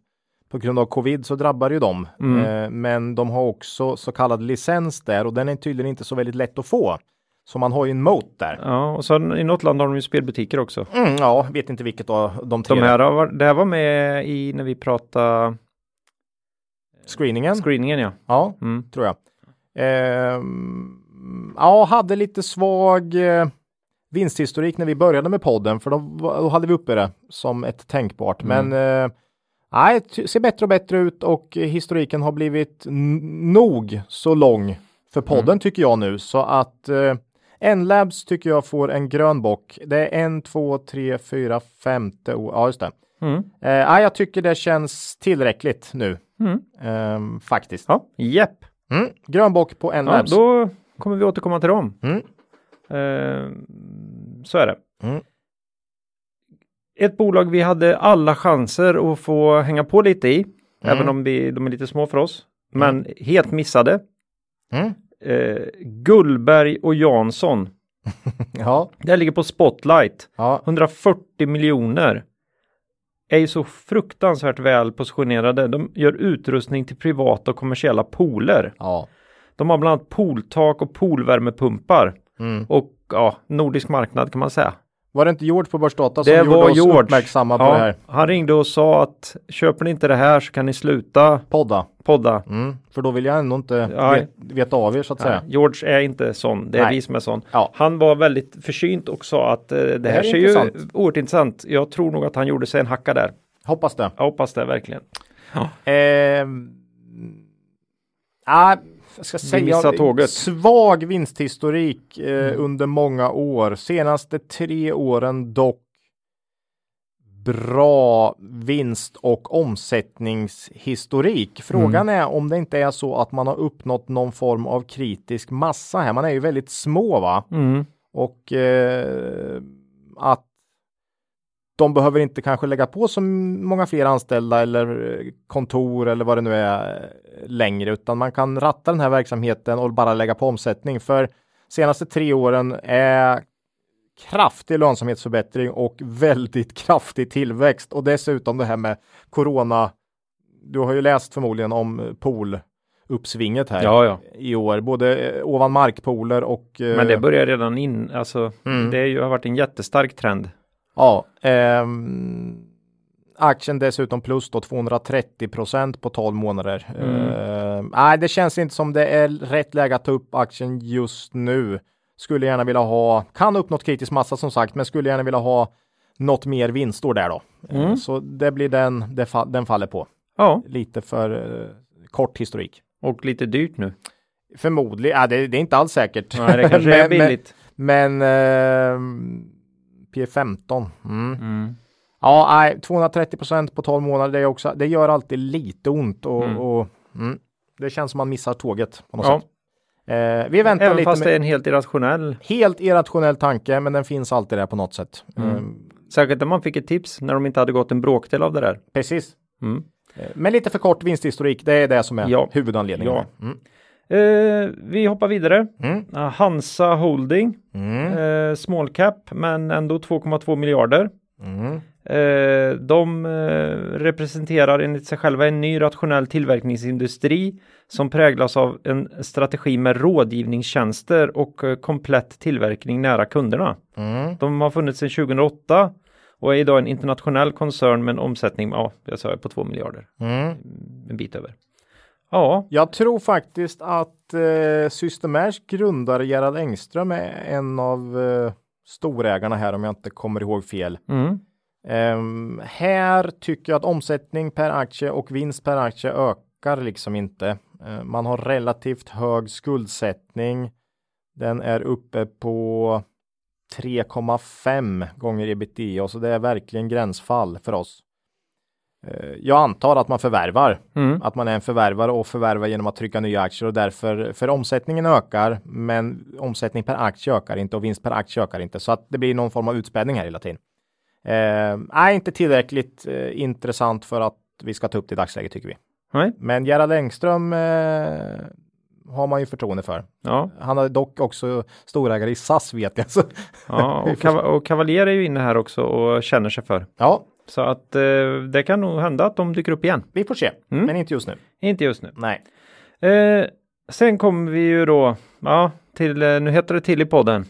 på grund av covid så drabbar ju dem. Mm. Eh, men de har också så kallad licens där och den är tydligen inte så väldigt lätt att få. Så man har ju en moat där. Ja, och sen i något land har de ju spelbutiker också. Mm, ja, vet inte vilket av de tre. De här har, varit- det här var med i när vi pratade Mm. Screeningen, screeningen ja. ja, Mm. tror jag. Ehm, ja, hade lite svag eh, vinsthistorik när vi började med podden, för då, var- då hade vi uppe det som ett tänkbart. Mm. Men eh, nej, ty- ser bättre och bättre ut och eh, historiken har blivit n- nog så lång för podden Mm. tycker jag nu, så att eh, N-labs tycker jag får en grön bock. Det är en, två, tre, fyra, femte, o- ja just det. Mm. Eh, ja, jag tycker det känns tillräckligt nu. Mm. Ehm, faktiskt. Ja, jepp. Mm. Grön bock på Ja, N-labs. då kommer vi återkomma till dem. Mm. Eh, så är det. Mm. Ett bolag vi hade alla chanser att få hänga på lite i Mm. även om vi, de är lite små för oss. Men helt missade. Mm. Eh, Gullberg och Jansson. Ja, Det här ligger på Spotlight. ja, 140 miljoner. Är ju så fruktansvärt väl positionerade. De gör utrustning till privata och kommersiella pooler. ja. De har bland annat pooltak och poolvärmepumpar. Mm. Och ja, nordisk marknad kan man säga. Var det inte George på Börsdata som det gjorde var oss George. uppmärksamma på Ja, det här? Han ringde och sa att köper ni inte det här så kan ni sluta Podda. podda. Mm. För då vill jag ändå inte Nej. vet, veta av er så att säga. George är inte sån, det är Nej. vi som är sån. Ja. Han var väldigt försynt och sa att eh, det, här här är ser ju intressant. oerhört intressant. Jag tror nog att han gjorde sig en hacka där. Hoppas det. Jag hoppas det verkligen. Ehm, ah, jag ska missar säga, tåget. Mm. svag vinsthistorik eh, under många år. Senaste tre åren dock bra vinst och omsättningshistorik. Mm. Frågan är om det inte är så att man har uppnått någon form av kritisk massa här. Man är ju väldigt små va? Och eh, att de behöver inte kanske lägga på så många fler anställda eller eh, kontor eller vad det nu är eh, längre, utan man kan ratta den här verksamheten och bara lägga på omsättning. För senaste tre åren är kraftig lönsamhetsförbättring och väldigt kraftig tillväxt och dessutom det här med corona. Du har ju läst förmodligen om eh, pooluppsvinget här Ja, ja. i år, både eh, ovan markpooler och eh, Men det börjar redan in, alltså Mm. det är ju, har varit en jättestark trend. Ja, ehm, aktien dessutom plus då 230 procent på 12 månader. Mm. Ehm, nej, det känns inte som det är rätt läge att ta upp aktien just nu. Skulle gärna vilja ha, kan ha uppnått kritisk massa som sagt, men skulle gärna vilja ha något mer vinstår där då. Ehm, Mm. så det blir den, det fa- den faller på. Ja, Lite för eh, kort historik. och lite dyrt nu. Förmodligen, ja, det, det är inte alls säkert. Nej, det kanske är Men- men- billigt. Men ehm, P15. Mm. Ja, nej, 230 procent på 12 månader. Det, är också, det gör alltid lite ont och, och mm, det känns som man missar tåget på något Ja. sätt. Eh, vi väntar Även lite fast med det är en helt irrationell. helt irrationell tanke, men den finns alltid där på något sätt. Mm. Ehm, Särskilt när man fick ett tips när de inte hade gått en bråkdel av det där. precis. Mm. Eh, Men lite för kort vinsthistorik, det är det som är Ja. huvudanledningen. Ja. Mm. Eh, vi hoppar vidare. Mm. Ah, Hansa Holding, Mm. eh, small cap, men ändå 2,2 miljarder. Mm. Eh, de eh, representerar enligt sig själva en ny rationell tillverkningsindustri som präglas av en strategi med rådgivningstjänster och eh, komplett tillverkning nära kunderna. Mm. De har funnits sedan 2008 och är idag en internationell koncern med en omsättning, ja, jag sa ju på 2 miljarder, Mm. en bit över. Ja, Jag tror faktiskt att eh, Systemers grundare Gerhard Engström är en av eh, storägarna här om jag inte kommer ihåg fel. mm. Ehm, här tycker jag att omsättning per aktie och vinst per aktie ökar liksom inte. Ehm, man har relativt hög skuldsättning. Den är uppe på 3,5 gånger ebitda så det är verkligen gränsfall för oss. Ehm, jag antar att man förvärvar, Mm. att man är en förvärvare och förvärvar genom att trycka nya aktier och därför, för omsättningen ökar, men omsättning per aktie ökar inte och vinst per aktie ökar inte så att det blir någon form av utspädning här hela tiden. Eh, nej, inte tillräckligt eh, intressant för att vi ska ta upp det i dagsläget tycker vi. Nej. Men Gerhard Engström eh, har man ju förtroende för. ja, Han är dock också storägare i SAS vet jag. Så, ja. Och, kav- och Cavalier är ju inne här också och känner sig för. ja, Så att eh, det kan nog hända att de dyker upp igen. vi får se, men inte just nu. Inte just nu. Nej. Eh, sen kommer vi ju då, ja, till, eh, nu heter det till i podden.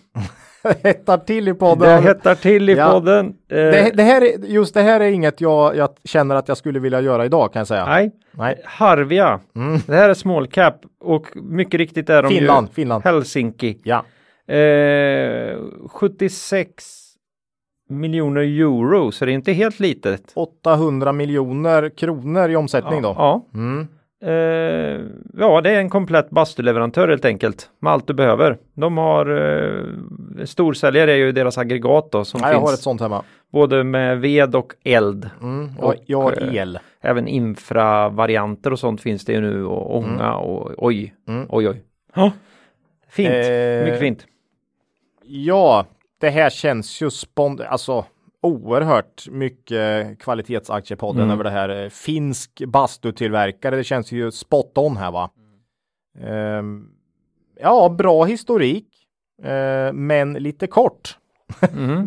Hettar till i Det podden. hettar till i Ja. podden. Eh, Det, det här, är- just det här är inget jag, jag känner att jag skulle vilja göra idag kan jag säga. Nej, Nej. Harvia. Mm. Det här är small cap och mycket riktigt är de Finland, ju Finland. Helsinki. Ja. Eh, 76 miljoner euro, så det är inte helt litet. 800 miljoner kronor i omsättning då. Ja. Mm. Eh, ja, det är en komplett bastuleverantör helt enkelt. Med allt du behöver. De har eh, storsäljare är ju deras aggregat då som Ja, jag har ett finns. sånt hemma. Både med ved och eld. Mm. Och, Och, jag har eh, el. Även infravarianter och sånt finns det ju nu och Mm. ånga och oj, oj, oj. Ja. Fint, Eh, mycket fint. Ja, det här känns ju spont... Alltså, oerhört mycket kvalitetsaktiepodden Mm. över det här. Eh, Finsk bastutillverkare, det känns ju spot on här va? Ehm, ja, bra historik, eh, men lite kort. Mm.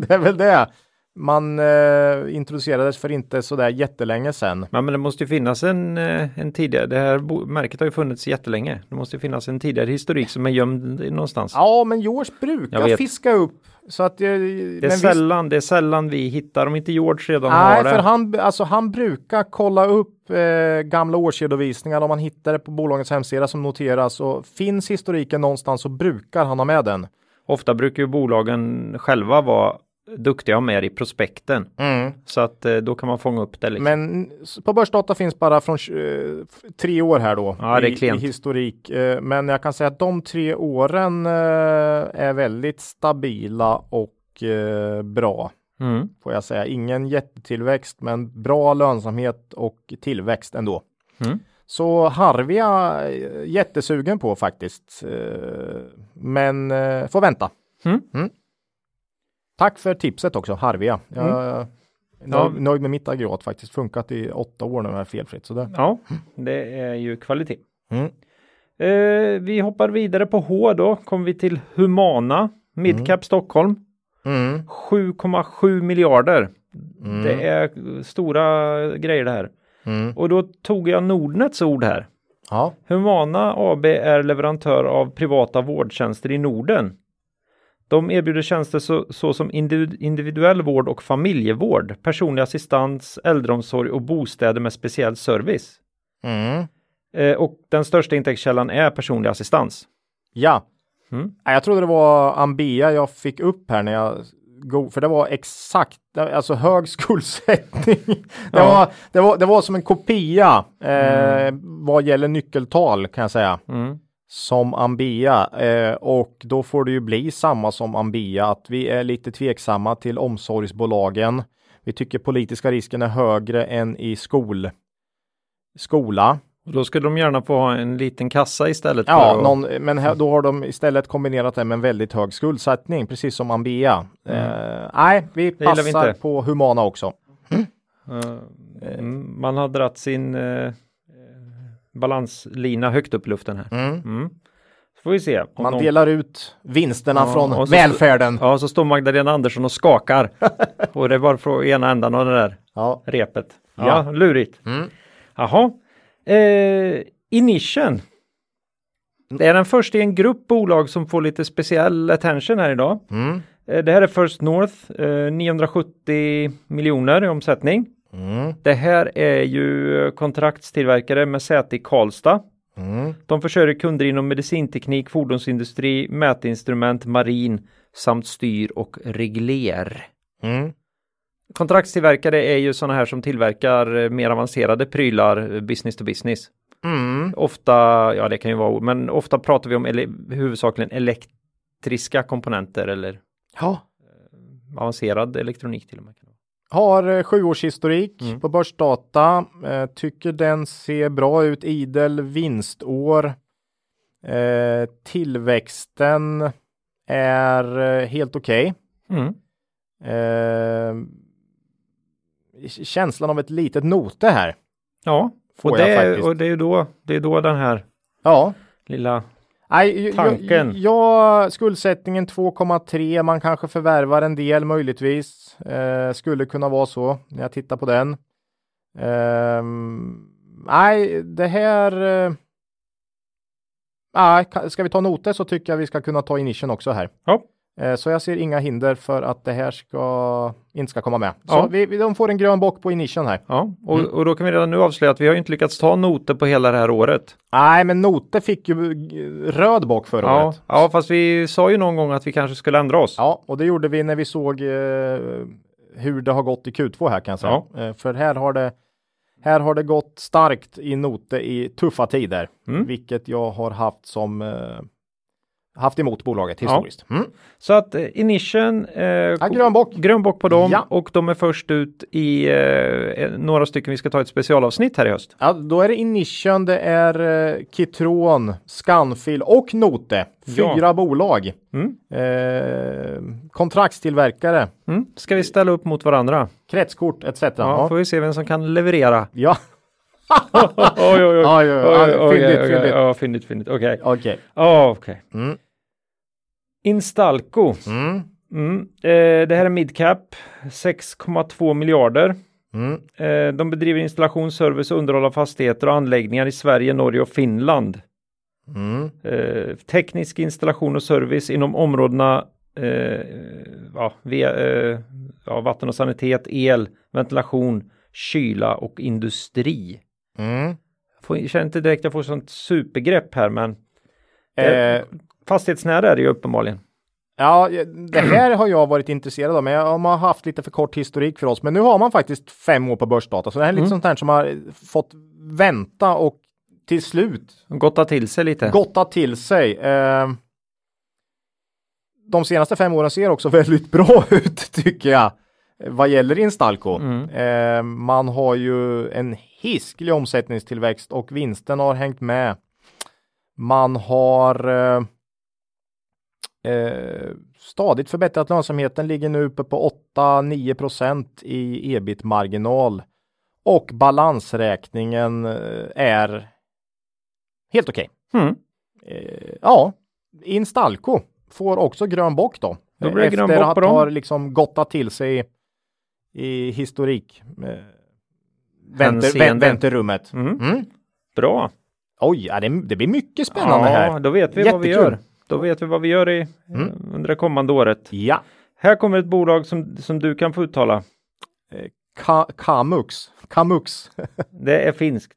Det är väl det. Man eh, introducerades för inte sådär jättelänge sedan. Ja, men det måste ju finnas en, eh, en tidigare, det här bo- märket har ju funnits jättelänge. Det måste ju finnas en tidigare historik som är gömd i- någonstans. Ja, men George Jag brukar vet. fiska upp så att eh, det, är men visst- sällan, det är sällan vi hittar, om inte George redan Nej, har det. för han, alltså, han brukar kolla upp eh, gamla årsredovisningar om man hittar det på bolagets hemsida som noteras och finns historiken någonstans så brukar han ha med den. Ofta brukar ju bolagen själva vara duktiga och med i prospekten. Mm. Så att eh, då kan man fånga upp det. Liksom. Men s- på börsdata finns bara från tj- eh, f- tre år här då Ja, det är i, i klent. historik. Eh, men jag kan säga att de tre åren eh, är väldigt stabila och eh, bra Mm. får jag säga. Ingen jättetillväxt, men bra lönsamhet och tillväxt ändå. Mm. Så Harvey är jag eh, jättesugen på faktiskt. Eh, Men eh, får vänta. Mm. Tack för tipset också, Harvia. Jag är Mm. Ja. nöjd- nöjd med mitt aggregat faktiskt. Funkat i åtta år nu här felfritt. Så där. Ja, det är ju kvalitet. Mm. Eh, vi hoppar vidare på H då, kommer vi till Humana, Midcap Mm. Stockholm, 7,7 miljarder. Det är eh, stora grejer det här. Mm. Och då tog jag Nordnets ord här. Ja. Humana AB är leverantör av privata vårdtjänster i Norden. De erbjuder tjänster så, såsom individ, individuell vård och familjevård, personlig assistans, äldreomsorg och bostäder med speciell service. Mm. Eh, och den största intäktskällan är personlig assistans. Ja. Mm. Nej, Jag trodde det var Ambia jag fick upp här när jag go- för det var exakt, alltså hög skuldsättning. Det, Ja. var, det, var, det var som en kopia eh, Mm. vad gäller nyckeltal kan jag säga. Som Ambia eh, och då får det ju bli samma som Ambia att vi är lite tveksamma till omsorgsbolagen. Vi tycker politiska risken är högre än i skol, skola. Och då skulle de gärna få ha en liten kassa istället. Ja, för att- någon, men Mm. här, då har de istället kombinerat det med en väldigt hög skuldsättning, precis som Ambea. Eh, nej, vi Mm. vi passar inte. på Humana också. eh, mm, man har dragit sin eh, eh, balanslina högt upp i luften här. Mm. Så får vi se. om Man någon- delar ut vinsterna Ja, från och så- välfärden. Ja, så står Magdalena Andersson och skakar. och det var från ena ändan av det där Ja. repet. Ja, Ja. lurigt. Mm. Jaha. Eh, Inition. Det är den första i en grupp bolag som får lite speciell attention här idag. Mm. Eh, Det här är First North, eh, 970 miljoner i omsättning. Mm. Det här är ju eh, kontraktstillverkare med säte i Karlstad. Mm. De försörjer kunder inom medicinteknik, fordonsindustri, mätinstrument, marin samt styr och regler. Mm. Kontraktstillverkare är ju sådana här som tillverkar eh, mer avancerade prylar eh, business to business. Mm. Ofta, ja det kan ju vara ord, men ofta pratar vi om ele- huvudsakligen elektriska komponenter eller Ja. avancerad elektronik till och med. Har eh, sjuårshistorik Mm. på börsdata. Eh, tycker den ser bra ut. Idel vinstår. Eh, tillväxten är eh, helt okej. Mm. Eh, k- känslan av ett litet note här. Ja, Får och jag det, är- faktiskt. och det är ju då, det är då den här Ja. lilla, Nej, j- Tanken. j- Ja, skuldsättningen 2,3. Man kanske förvärvar en del möjligtvis. Eh, skulle kunna vara så när jag tittar på den. Ehm, nej, det här. Eh, nej, ka- ska vi ta noter så tycker jag vi ska kunna ta initian också här. ja, Eh, så jag ser inga hinder för att det här ska inte ska komma med. Så Ja. vi, vi, de får en grön bock på initian här. ja. Och, och då kan vi redan nu avslöja att vi har ju inte lyckats ta noter på hela det här året. Nej, men Note fick ju röd bock förra Ja, året. ja, fast vi sa ju någon gång att vi kanske skulle ändra oss. Ja, och det gjorde vi när vi såg eh, hur det har gått i Q2 här kan jag säga. Eh, för här har, det, här har det gått starkt i Note i tuffa tider, Mm. vilket jag har haft som eh, haft emot bolaget historiskt. Mm. Så att eh, Inition, eh, Ja, ko- grönbock. grönbock på dem Ja. och de är först ut i eh, eh, några stycken. Vi ska ta ett specialavsnitt här i höst. Ja, då är det Inition, det är eh, Kitron, Scanfil och Note. Fyra Ja. bolag. Mm. Eh, kontraktstillverkare, Mm. Ska vi ställa upp mot varandra? kretskort etc. Ja, Ja, får vi se vem som kan leverera. ja. Oj, oj, oj. Oj, oj, oj. Oj, oj, oj, Ah, Fyndigt, oj, fyndigt. Ja, fyndigt, fyndigt. Okej. okej. Ja, okej. Mm. Instalco. Mm. Mm. Eh, det här är midcap. 6,2 miljarder. Mm. Eh, de bedriver installation, service och underhåll av fastigheter och anläggningar i Sverige, Norge och Finland. Mm. Eh, teknisk installation och service inom områdena eh, ja, ve- eh, ja, vatten och sanitet, el, ventilation, kyla och industri. Mm. Får, jag känner inte direkt jag får sånt supergrepp här, men Eh, fastighetsnära är det ju uppenbarligen. Ja, det här har jag varit intresserad av, men jag- de har haft lite för kort historik för oss. Men nu har man faktiskt fem år på börsdata, så det här är lite sånt här som har fått vänta och till slut Gotta till sig lite. gotta till sig. Eh, de senaste fem åren ser också väldigt bra ut tycker jag. Vad gäller Instalco. Eh, man har ju en hisklig omsättningstillväxt och vinsten har hängt med. Man har eh, eh, stadigt förbättrat lönsamheten, ligger nu uppe på 8-9 procent i ebit-marginal och balansräkningen eh, är helt okej. Mm. Eh, ja, Instalco får också grön bock då. Då blir det Efter grön bock att på dem. ha liksom gottat till sig i, i historik. Eh, vänter, vä- Hänseende. vänterummet. Mm. Mm. Bra. Oj, ja, det, det blir mycket spännande här. då vet vi vad vi Jättekul. Mm. gör. Då vet vi vad vi gör i, eh, under det kommande året. Ja, Här kommer ett bolag som, som du kan få uttala. Ka Kamux. Kamux. Det är finskt.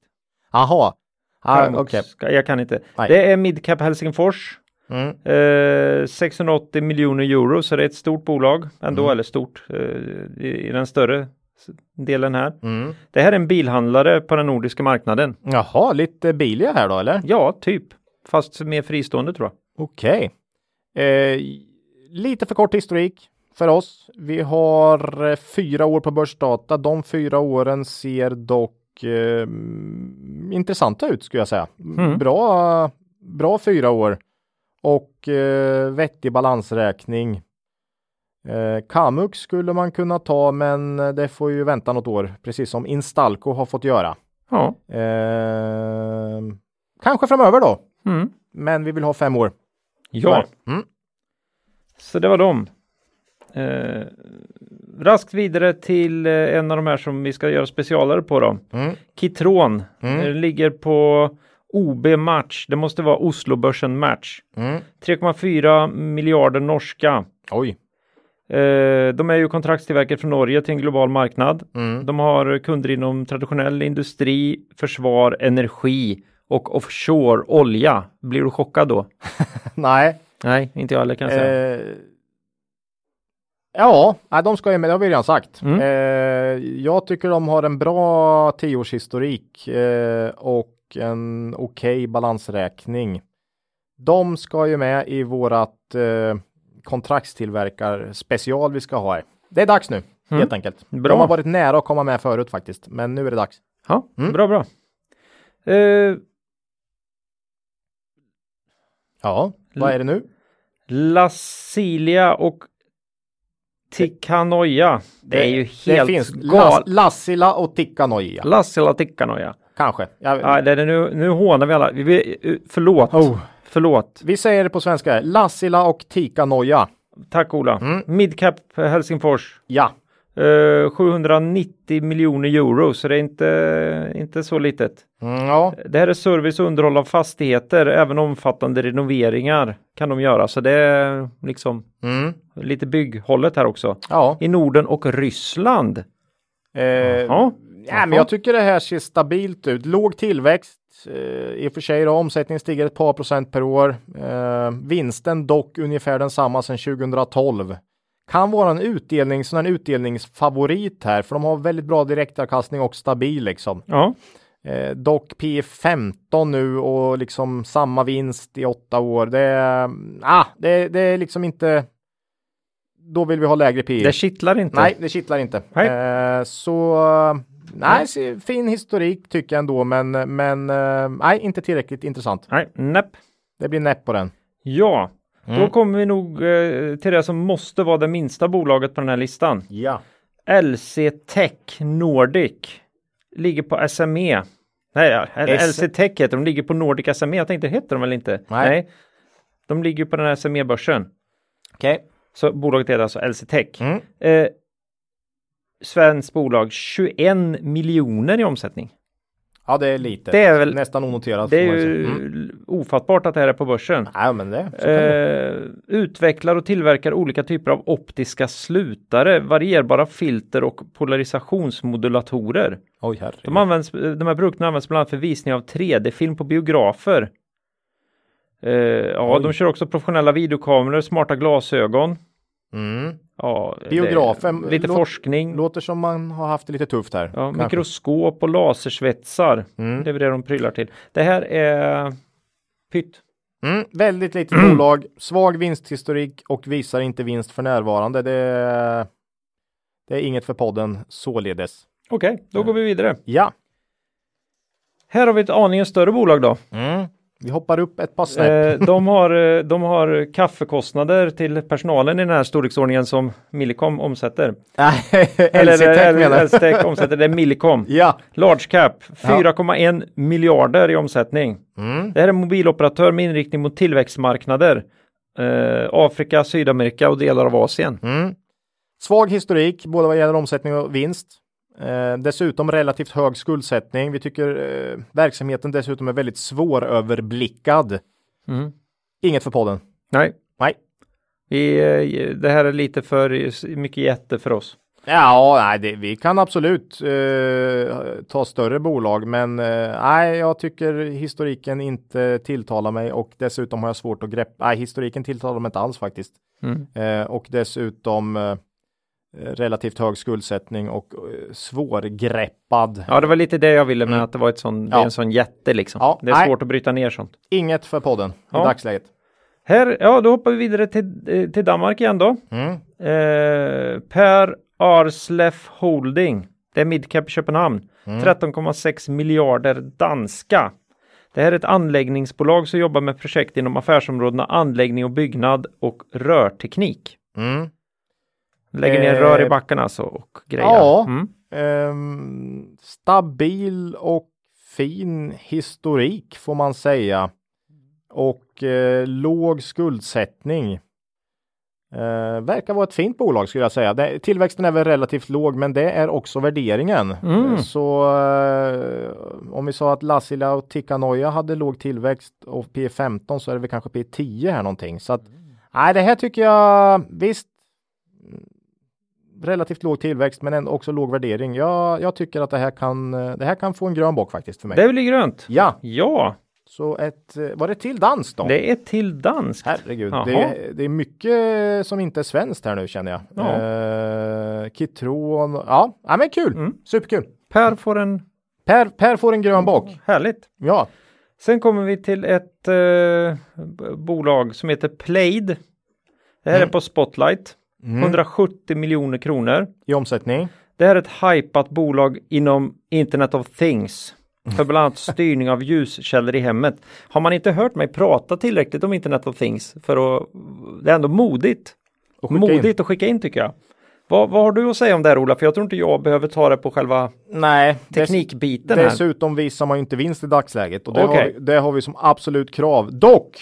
Jaha. Ah, Framåt. okej. Ska- Jag kan inte. Nej. Det är Midcap Helsingfors. Mm. Eh, 680 miljoner euro, så det är ett stort bolag ändå, eller stort eh, i, i den större s- delen här. Mm. Det här är en bilhandlare på den nordiska marknaden. Jaha, lite bilia här då eller? Ja, typ. Fast mer fristående tror jag. Okej. Eh, lite för kort historik för oss. Vi har eh, fyra år på börsdata. De fyra åren ser dock eh, intressanta ut skulle jag säga. Mm. Bra, bra fyra år och eh, vettig balansräkning. Eh, Kamux skulle man kunna ta, men det får ju vänta något år, precis som Instalco har fått göra. Ja. Eh, kanske framöver då, Mm. men vi vill ha fem år. Ja, Mm. så det var dem. Eh, raskt vidare till eh, en av de här som vi ska göra specialare på då. Mm. Kitron Mm. eh, ligger på OB Match. Det måste vara Oslobörsen Match. Mm. 3,4 miljarder norska. Oj. Eh, de är ju kontraktstillverkare från Norge till en global marknad. Mm. De har kunder inom traditionell industri, försvar, energi och offshore olja. Blir du chockad då? Nej. Nej, inte jag heller kan jag säga. Eh, ja, nej, de ska ju med, det har vi redan sagt. Mm. Eh, jag tycker de har en bra tioårshistorik eh, och en okej balansräkning. De ska ju med i vårat eh, kontraktstillverkarspecial vi ska ha här. Det är dags nu, Mm. helt enkelt. Bra. De har varit nära att komma med förut faktiskt, men nu är det dags. Ja, Mm. bra, bra. Eh, Ja, vad är det nu? Lasilia och Tikanoja. Det är ju helt Det finns Las- galet. Lassila och Tikkanoja, Lassila Tikanoja. kanske. Jag, Nej, det är det nu, nu hånar vi alla. Vi- Vi, eh, förlåt. Oh. Förlåt. Vi säger det på svenska. här. Lassila och Tika Noja. Tack Ola. Mm. Midcap Helsingfors. Ja, Eh, 790 miljoner euro, så det är inte, inte så litet. mm, ja, Det här är service och underhåll av fastigheter, även omfattande renoveringar kan de göra, så det är liksom mm. lite bygghållet här också. ja. i Norden och Ryssland. Eh, ja, Ja, men jag tycker det här ser stabilt ut. Låg tillväxt. Eh, I och för sig då, omsättningen stiger ett par procent per år. Eh, vinsten dock ungefär densamma sedan 2012. Kan vara en utdelning, sån här utdelningsfavorit här, för de har väldigt bra direktavkastning och stabil liksom. ja. Eh, dock P15 nu och liksom samma vinst i åtta år. Det är, ah, det, det är liksom inte. Då vill vi ha lägre P. Det kittlar inte. Nej, det kittlar inte. Nej. Eh, så nej, se- fin historik tycker jag ändå, men men eh, nej, inte tillräckligt intressant. Nej, näpp. Det blir näpp på den. Ja, då Mm. kommer vi nog eh, till det som måste vara det minsta bolaget på den här listan. Ja, LC Tech Nordic ligger på SME. Nej, ja, eller S- LC Tech heter de, ligger på Nordic SME. Jag tänkte, heter de väl inte? Nej. De ligger ju på den här SME-börsen. okej. Så bolaget heter alltså LC Tech. Mm. Eh, svenskt bolag, 21 miljoner i omsättning. Ja, det är lite. Det är väl- nästan onoterat. Det är får man säga. ju Mm. ofattbart att det här är på börsen. Nej, men det. så kan det vara. Eh, utvecklar och tillverkar olika typer av optiska slutare, varierbara filter och polarisationsmodulatorer. Oj, herre. De, används, eh, de här produkterna används bland annat för visning av 3D-film på biografer. Eh, ja, Oj. de kör också professionella videokameror, smarta glasögon. Mm. Ja, det- Biografer, Lite eh, låt- forskning. Låter som man har haft det lite tufft här. Ja, Kanske. mikroskop och lasersvetsar. Mm. Det är väl det de prylar till. Det här är pytt. Mm, väldigt litet bolag, svag vinsthistorik och visar inte vinst för närvarande. Det, det är inget för podden således. Okej, då går vi vidare. Ja, Här har vi ett aningen större bolag då. mm. vi hoppar upp ett par snäpp. Eh, de, har, eh, de har kaffekostnader till personalen i den här storleksordningen som Millicom omsätter. Eller eller, menar jag. Elstech omsätter, det är Millicom. Ja, Large cap, Ja. 4,1 miljarder i omsättning. mm. Det här är en mobiloperatör med inriktning mot tillväxtmarknader. Eh, Afrika, Sydamerika och delar av Asien. Mm. svag historik, både vad gäller omsättning och vinst. Eh, dessutom relativt hög skuldsättning. Vi tycker eh, verksamheten dessutom är väldigt svåröverblickad. Mm. Inget för podden. Nej. Nej. Vi, eh, det här är lite för mycket jätte för oss. Ja, nej, det, vi kan absolut eh, ta större bolag, men eh, nej, jag tycker historiken inte tilltalar mig och dessutom har jag svårt att greppa. Nej, historiken tilltalar mig inte alls faktiskt Mm. eh, och dessutom eh, relativt hög skuldsättning och eh, svårgreppad. Ja, det var lite det jag ville med att det var ett sån, det är Mm. Ja. en sån jätte liksom. Ja, det är nej. svårt att bryta ner sånt. Inget för podden Ja. i dagsläget. Här, ja, då hoppar vi vidare till, eh, till Danmark igen då. Mm. Eh, per Arslef Holding. Det är Midcap i Köpenhamn. Mm. 13,6 miljarder danska. Det här är ett anläggningsbolag som jobbar med projekt inom affärsområdena anläggning och byggnad och rörteknik. Mm. Lägger ner Eh, rör i backen alltså och grejer. ja. Mm. Ehm, stabil och fin historik får man säga. Och eh, låg skuldsättning. Eh, verkar vara ett fint bolag skulle jag säga. Det, tillväxten är väl relativt låg men det är också värderingen. Mm. Eh, Så eh, om vi sa att Lassila och Tikanoja hade låg tillväxt och P15 så är det väl kanske P10 här någonting. Så att, nej det här tycker jag visst relativt låg tillväxt men ändå också låg värdering. Jag, jag tycker att det här, kan, det här kan få en grön bock faktiskt för mig. Det blir grönt. Ja, Ja, så ett, eh, var det till dans då? det är till dansk. Herregud, Jaha. det är, det är mycket som inte är svenskt här nu känner jag. Ja. Eh, Kitron, ja, ja men kul, Mm. superkul. Per får en Per, per får en grön bock. härligt. Ja, Sen kommer vi till ett eh, b- bolag som heter Plaid. Det Mm. här är på Spotlight. 170 miljoner kronor. i omsättning. Det här är ett hypat bolag inom Internet of Things. För bland annat styrning av ljuskällor i hemmet. Har man inte hört mig prata tillräckligt om Internet of Things för att... Det är ändå modigt. Och skicka in. Modigt att skicka in tycker jag. Vad, vad har du att säga om det här Ola? För jag tror inte jag behöver ta det på själva Nej, dess- teknikbiten här. dessutom visar man ju inte vinst i dagsläget och det, har, Okej. vi, det har vi som absolut krav. Dock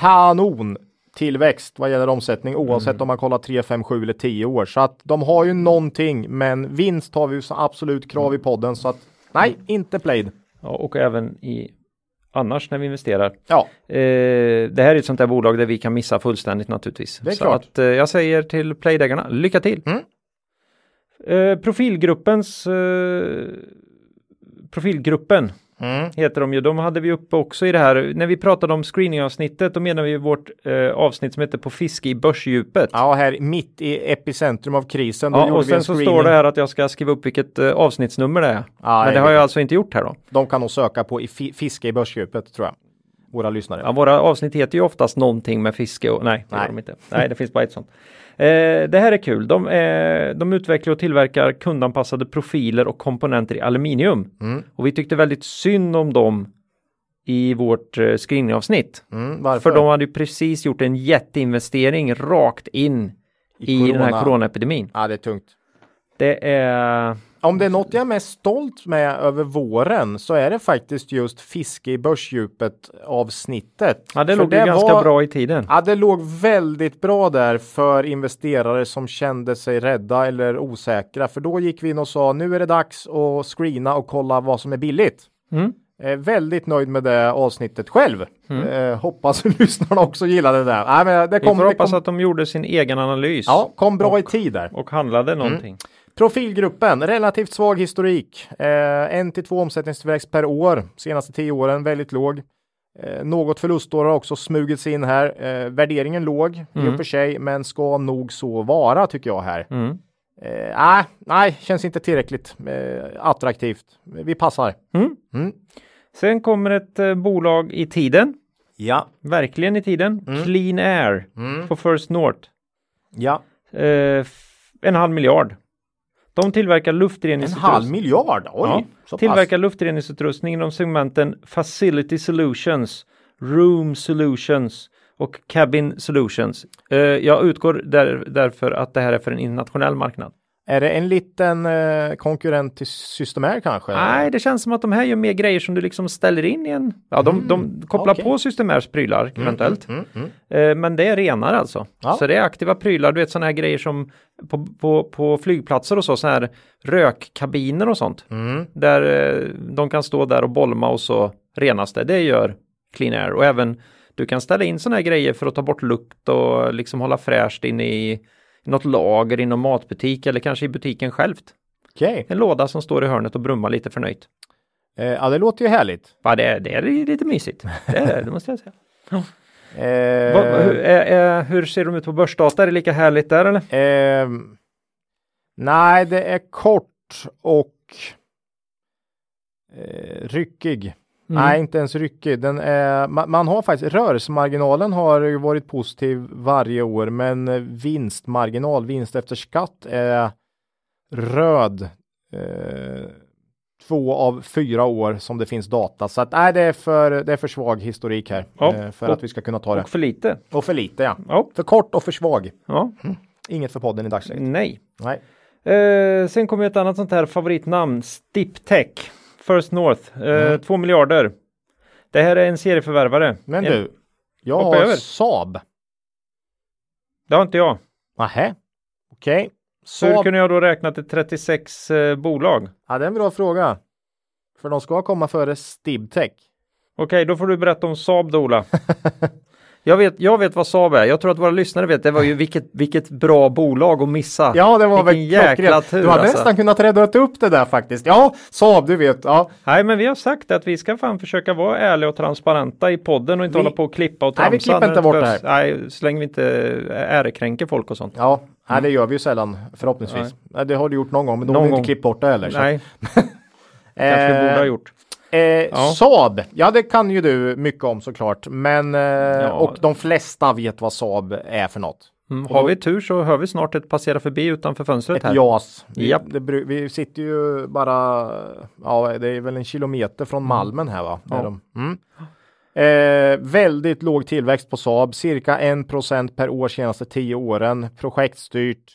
kanon tillväxt vad gäller omsättning oavsett om man kollar 3, 5, 7 eller 10 år. Så att de har ju någonting men vinst har vi ju som absolut krav i podden så att nej, inte played. Ja, och även i annars när vi investerar. Ja, Eh, det här är ett sånt där bolag där vi kan missa fullständigt naturligtvis. Det är så klart. att eh, jag säger till playdägarna, lycka till! Mm. Eh, profilgruppens eh, Profilgruppen Mm. heter de ju. De hade vi uppe också i det här. När vi pratade om screeningavsnittet, då menar vi ju vårt eh, avsnitt som heter På fiske i börsdjupet. Ja, här mitt i epicentrum av krisen. Då Ja, gjorde och vi en sen så screening. står det här att jag ska skriva upp vilket eh, avsnittsnummer det är. Ja, Men det jag har vet jag alltså inte gjort här då. De kan nog söka på i fi- fiske i börsdjupet tror jag. Våra lyssnare. Ja, våra avsnitt heter ju oftast någonting med fiske och nej, det gör Nej. de inte. Nej, det finns bara ett sånt. Eh, det här är kul. De, eh, de utvecklar och tillverkar kundanpassade profiler och komponenter i aluminium. Mm. Och vi tyckte väldigt synd om dem i vårt eh, screeningavsnitt. Mm, varför? För de hade ju precis gjort en jätteinvestering rakt in i, I den här corona. coronaepidemin. Ja, det är tungt. Det är... Om det är något jag är mest stolt med över våren så är det faktiskt just fiske i börsdjupet avsnittet. Ja, det För låg ju ganska var- bra i tiden. Ja, det låg väldigt bra där för investerare som kände sig rädda eller osäkra, för då gick vi in och sa nu är det dags att screena och kolla vad som är billigt. Mm. Eh, väldigt nöjd med det avsnittet själv. Eh, hoppas lyssnarna också gillade det där. Nej, men det Vi kom, får det hoppas kom, att de gjorde sin egen analys ja, Mm. kom bra i tid där. och handlade någonting. Profilgruppen, relativt svag historik. Eh, en till två omsättningstillväxt per år, senaste tio åren, väldigt låg. Eh, något förlustår har också smugit sig in här. Eh, värderingen låg i och för sig, men ska nog så vara tycker jag här. Mm. Eh, nej, nej, känns inte tillräckligt eh, attraktivt. Vi passar. Sen kommer ett eh, bolag i tiden, Ja, verkligen i tiden, Mm. Clean Air på First North. ja. Eh, f- en halv miljard. De tillverkar En luftreningsutrustning. halv miljard, oj. Ja. så pass. Tillverkar luftreningsutrustning inom segmenten Facility Solutions, Room Solutions och Cabin Solutions. Eh, jag utgår där, därför att det här är för en internationell marknad. Är det en liten eh, konkurrent till System Air kanske? Nej, det känns som att de här gör mer grejer som du liksom ställer in i en... Ja, de, de kopplar Mm, okej. Mm, på systemärs prylar eventuellt. Eh, Men det är renare alltså. Ja. Så det är aktiva prylar, du vet sådana här grejer som på, på, på flygplatser och så, sådana här rökkabiner och sånt. Mm. Där eh, de kan stå där och bolma och så renas det. Det gör Clean Air och även du kan ställa in sådana här grejer för att ta bort lukt och liksom hålla fräscht in i något lager inom matbutik eller kanske i butiken självt. Okej, En låda som står i hörnet och brummar lite förnöjt. eh, ja det låter ju härligt. Ja, det, är- det är lite mysigt. Det, är, det, det måste jag säga. Eh, Vad- hur, eh, eh, hur ser de ut på börsdata? Är det lika härligt där eller? Ehm, nej, det är kort och eh, ryckig. Nej, inte ens ryckig. Den är, man, man har faktiskt, rörelsemarginalen har ju varit positiv varje år, men eh, vinstmarginal, vinst efter skatt är röd eh, två av fyra år som det finns data. Så att, nej, det är för, det är för svag historik här Ja, eh, för och- att vi ska kunna ta det. Och för lite? Och för lite, ja. Ja. För kort och för svag. ja. Inget för podden i dagsläget. Nej. Nej. Eh, sen kommer ett annat sånt här favoritnamn, Stiptech. First North, eh, Mm. 2 miljarder. Det här är en serieförvärvare. Men En- du, jag Hoppa har över. Saab. Det har inte jag. Nähä, okej. Så hur Saab, kunde jag då räkna till 36 eh, bolag? Okej, ja det är en bra fråga. För de ska komma före Stibtech. då får du berätta om Saab då Ola. jag, vet, jag vet vad Saab är. Jag tror att våra lyssnare vet. Det var ju vilket, vilket bra bolag att missa. Ja, det var Vilken väl jäkla klockrent. tur Du hade alltså. nästan kunnat rädda upp det där faktiskt. Ja, Saab, du vet. Ja. Nej, men vi har sagt att vi ska fan försöka vara ärliga och transparenta i podden och inte Vi- hålla på och klippa och Nej, tramsa. vi klipper när inte bort det behövs. Nej, så länge vi inte ärekränker folk och sånt. Ja, nej, det gör vi ju sällan förhoppningsvis. Mm. Nej. Det har du gjort någon gång, men då har Någon du gång. inte klippt bort det heller. så. Nej, kanske vi borde ha gjort. Eh, Ja. Saab, ja det kan ju du mycket om såklart, men eh, och de flesta vet vad Saab är för något. Mm, har vi tur så hör vi snart ett passera förbi utanför fönstret här. Ett JAS. Vi, Japp. det, bru- vi sitter ju bara, ja det är väl en kilometer från Mm. Malmen här va? Där de, mm. eh, väldigt låg tillväxt på Saab, cirka 1% per år senaste 10 åren, projektstyrt.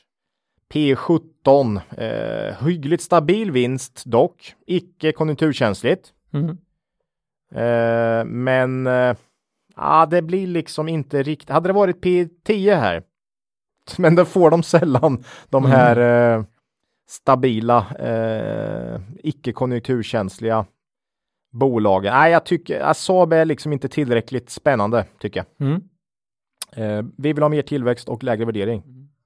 P17, eh, hyggligt stabil vinst dock, icke konjunkturkänsligt. Mm. Eh, men eh, ah, det blir liksom inte riktigt. Hade det varit P10 här, men det får de sällan, de här eh, stabila, eh, icke konjunkturkänsliga bolagen. Nej, jag tycker ah, Saab är liksom inte tillräckligt spännande tycker jag. Mm. Eh, vi vill ha mer tillväxt och lägre värdering.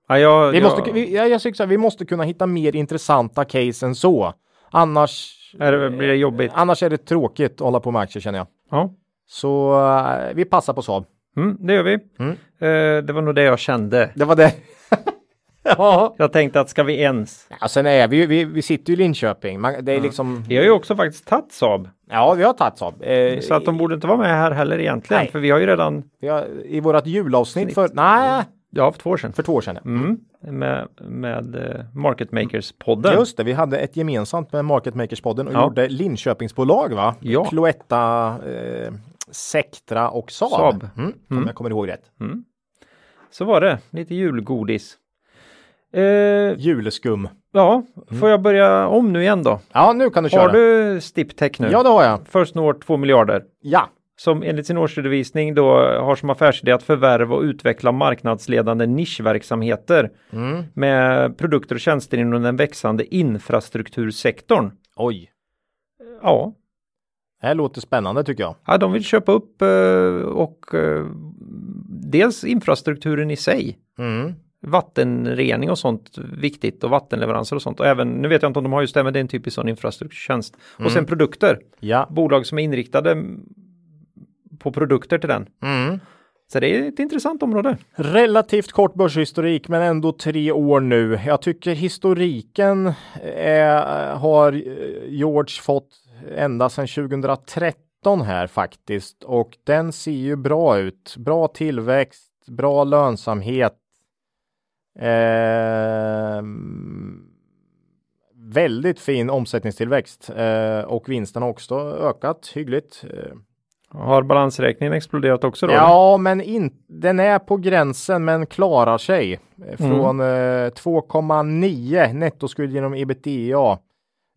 Ja, jag, Vi, jag, måste, vi, jag, jag tycker så här, vi måste kunna hitta mer intressanta case än så. Annars Är det- blir det jobbigt? Annars är det tråkigt att hålla på med aktier känner jag. Ja, Så eh, vi passar på Saab. mm, det gör vi. Eh, det var nog det jag kände. Det var det. ja. Jag tänkte att ska vi ens? ja. Sen är vi ju, vi, vi sitter ju i Linköping. Man, det är liksom, Vi har ju också faktiskt tagit Saab, ja vi har tagit Saab. Eh, så att de borde inte vara med här heller egentligen, Nej. för vi har ju redan, vi har, I vårat julavsnitt för, nej, jag har haft två år sedan, för två år sedan. ja. mm. med, med eh, Market Makers-podden. Just det, vi hade ett gemensamt med Market Makers-podden och Ja. gjorde Linköpingsbolag va? Ja. Cloetta, eh, Sectra och Saab. Saab. Mm. Mm, om jag kommer ihåg rätt. Så var det, lite julgodis. Eh, Juleskum. ja, Mm. får jag börja om nu igen då? Ja, nu kan du köra. Har du Stiptech nu? Ja, det har jag. Först når 2 miljarder. Ja. som enligt sin årsredovisning då har som affärsidé att förvärva och utveckla marknadsledande nischverksamheter Mm. med produkter och tjänster inom den växande infrastruktursektorn. Oj. Ja, Det här låter spännande tycker jag. ja de vill köpa upp eh, och eh, dels infrastrukturen i sig, Mm. vattenrening och sånt viktigt och vattenleveranser och sånt och även, nu vet jag inte om de har just det, men det är en typisk sån infrastrukturtjänst. Och Mm. sen produkter, Ja. bolag som är inriktade mm, på produkter till den. Mm. Så det är ett intressant område. Relativt kort börshistorik, men ändå tre år nu. Jag tycker historiken eh, har eh, George fått ända sedan 2013 här faktiskt och den ser ju bra ut. Bra tillväxt, bra lönsamhet. Eh, väldigt fin omsättningstillväxt eh, och vinsten har också ökat hyggligt. Eh, Har balansräkningen exploderat också då? Ja, men in, den är på gränsen men klarar sig. Mm. Eh, Från eh, 2,9 nettoskuld genom ebitda.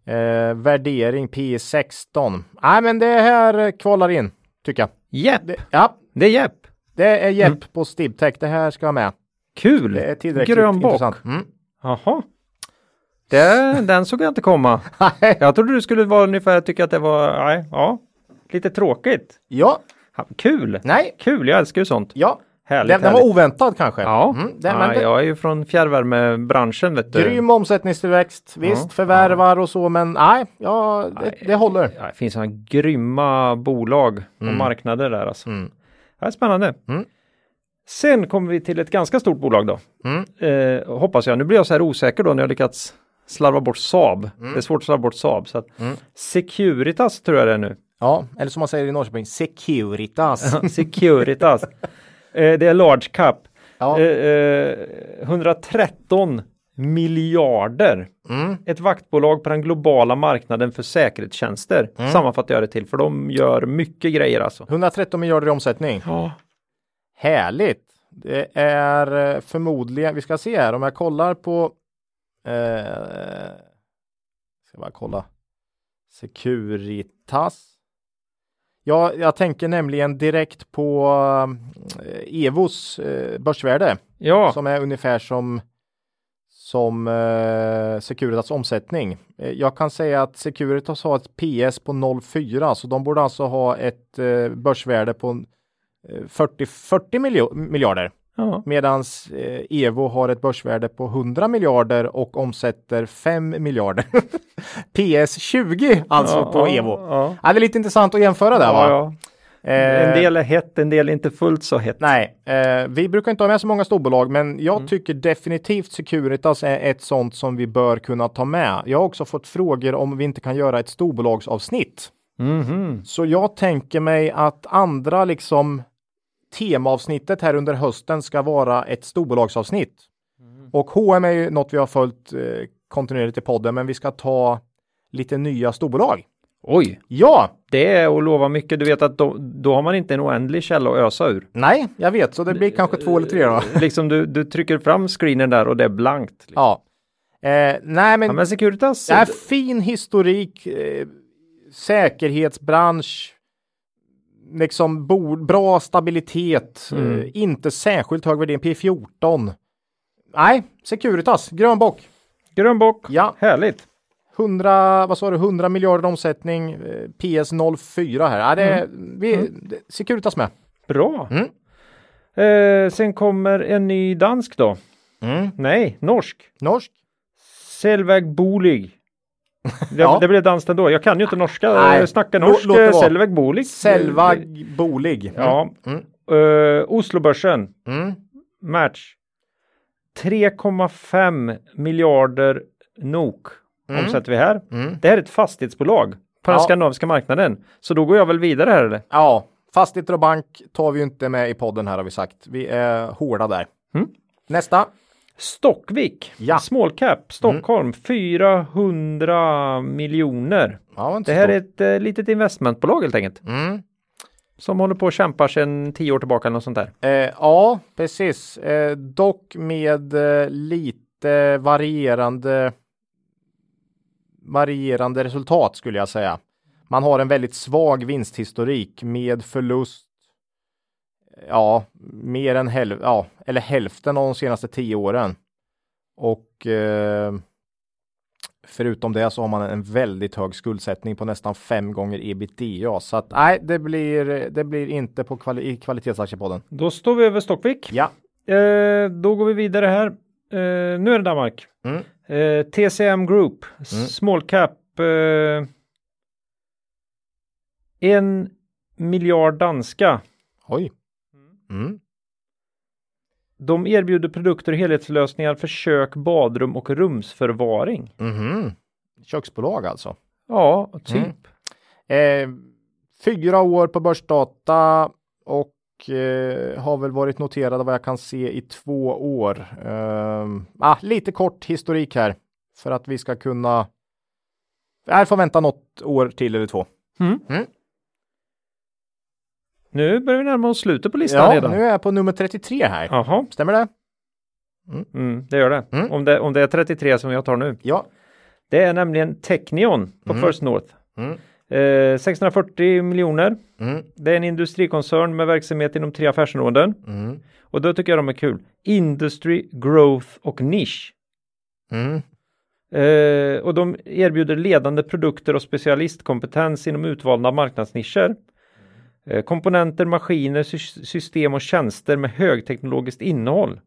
Eh, värdering P 16. Nej, men det här eh, kvalar in tycker jag. Jepp, Det, ja, det är Jepp. det är Mm. Jepp på Stibtech. Det här ska jag med. Kul! Det är tillräckligt Grön bock. intressant. Mm. Jaha. Det, den såg jag inte komma. Nej. Jag trodde du skulle vara ungefär, tycka att det var, nej, ja, lite tråkigt. ja, Ha, Kul! nej, Kul, jag älskar ju sånt. ja. Härligt, Den, den var härligt. oväntad kanske. Ja, Mm, det, men ja det, jag är ju från fjärrvärmebranschen vet du. Grym omsättningstillväxt, visst, förvärvar och så, men nej, ja, det, det håller. Ja, det finns sådana grymma bolag och Mm. marknader där alltså. Det här är spännande. Sen kommer vi till ett ganska stort bolag då. Mm. Eh, hoppas jag. Nu blir jag så här osäker då när jag lyckats slarva bort Saab. Mm. Det är svårt att slarva bort Saab. Så att Securitas tror jag det är nu. Ja, eller som man säger i Norrköping, Securitas. Securitas. eh, det är large cap. Ja. Eh, eh, 113 miljarder. Mm. Ett vaktbolag på den globala marknaden för säkerhetstjänster. Mm. Sammanfattar jag det till, för de gör mycket grejer alltså. 113 miljarder i omsättning. Ja. Härligt. Det är eh, förmodligen, vi ska se här om jag kollar på. Eh, ska bara kolla. Securitas. Ja, jag tänker nämligen direkt på eh, Evos eh, börsvärde Ja, som är ungefär som som eh, Securitas omsättning. Eh, jag kan säga att Securitas har ett PS på 0,4 så de borde alltså ha ett eh, börsvärde på eh, 40, 40 miljo- miljarder ja. medan eh, Evo har ett börsvärde på 100 miljarder och omsätter 5 miljarder. PS 20 alltså Ja, på ja, Evo. ja. Ja, det är lite intressant att jämföra där va? ja, ja. Eh, En del är hett, en del är inte fullt så hett. Nej, eh, vi brukar inte ha med så många storbolag, men jag tycker definitivt Securitas är ett sånt som vi bör kunna ta med. Jag har också fått frågor om vi inte kan göra ett storbolagsavsnitt. Mhm. Så jag tänker mig att andra liksom temaavsnittet här under hösten ska vara ett storbolagsavsnitt. Och H&M är ju något vi har följt eh, kontinuerligt i podden, men vi ska ta lite nya storbolag. Oj, Ja, det är att lova mycket. Du vet att då, då har man inte en oändlig källa att ösa ur. nej, jag vet, så det blir kanske två eller tre då. liksom du, du trycker fram screenen där och det är blankt. Liksom. Ja. Eh, nej, men Ja, men Securitas, Det är fin historik, eh, säkerhetsbransch, liksom bo, bra stabilitet, Mm. eh, inte särskilt hög värdering, P14. Nej, Securitas, grön bock. grön bock, Ja. härligt. 100, vad sa du, 100 miljarder omsättning, eh, PS04 här. Ja, det, är- Mm. vi, det- Securitas med. Bra. Mm. Eh, sen kommer en ny dansk Mm. då. Nej, norsk. Norsk. Selväg Bolig. Det, Ja. det blev danskt ändå. Jag kan ju inte norska. Nej. Eh, Snacka norsk. Låt- låt det eh, vara. Selvag Bolig. Eh, Selvag Bolig. Ja. Mm. Eh, Oslobörsen. Mm. Match. 3,5 miljarder NOK Mm. omsätter vi här. Mm. Det här är ett fastighetsbolag på den Ja. skandinaviska marknaden. Så då går jag väl vidare här eller? Ja, fastigheter och bank tar vi ju inte med i podden här har vi sagt. Vi är hårda där. Mm. Nästa. Stockvik, Ja. Mm. small cap, Stockholm, 400 miljoner. Ja, inte Det så här stor. är ett eh, litet investmentbolag helt enkelt. Mm. Som håller på och kämpar sedan 10 år tillbaka eller något sånt där. Eh, ja, precis. Eh, dock med eh, lite varierande varierande resultat skulle jag säga. Man har en väldigt svag vinsthistorik med förlust. Ja, mer än häl- ja, eller hälften av de senaste tio åren. Och eh, förutom det så har man en väldigt hög skuldsättning på nästan fem gånger ebitda. Så att nej, det blir, det blir inte på kvali- i kvalitetsaktiepodden. Då står vi över Stockvik. Ja. Eh, då går vi vidare här. Eh, nu är det Danmark. Mm. Eh, TCM Group, small cap. Eh, en miljard danska. Oj. Mm. De erbjuder produkter och helhetslösningar för kök, badrum och rumsförvaring. Mhm. Köksbolag alltså. Ja, typ. Mm. Eh, fyra år på börsdata och eh, har väl varit noterade vad jag kan se i två år. Ehm, ah, lite kort historik här för att vi ska kunna. Jag får vänta något år till eller två. Nu börjar vi närma oss slutet på listan Ja, redan. nu är jag på nummer 33 här. Jaha, Stämmer det? mm, det gör det. Mm. Om det. Om det är 33 som jag tar nu. Ja. Det är nämligen Technion på First North. Mm. Eh, 640 miljoner. Mm. Det är en industrikoncern med verksamhet inom tre affärsområden. Mm. Och då tycker jag de är kul. Industry, growth och nisch. Mm. Eh, och de erbjuder ledande produkter och specialistkompetens inom utvalda marknadsnischer. Eh, komponenter, maskiner, sy- system och tjänster med högteknologiskt innehåll.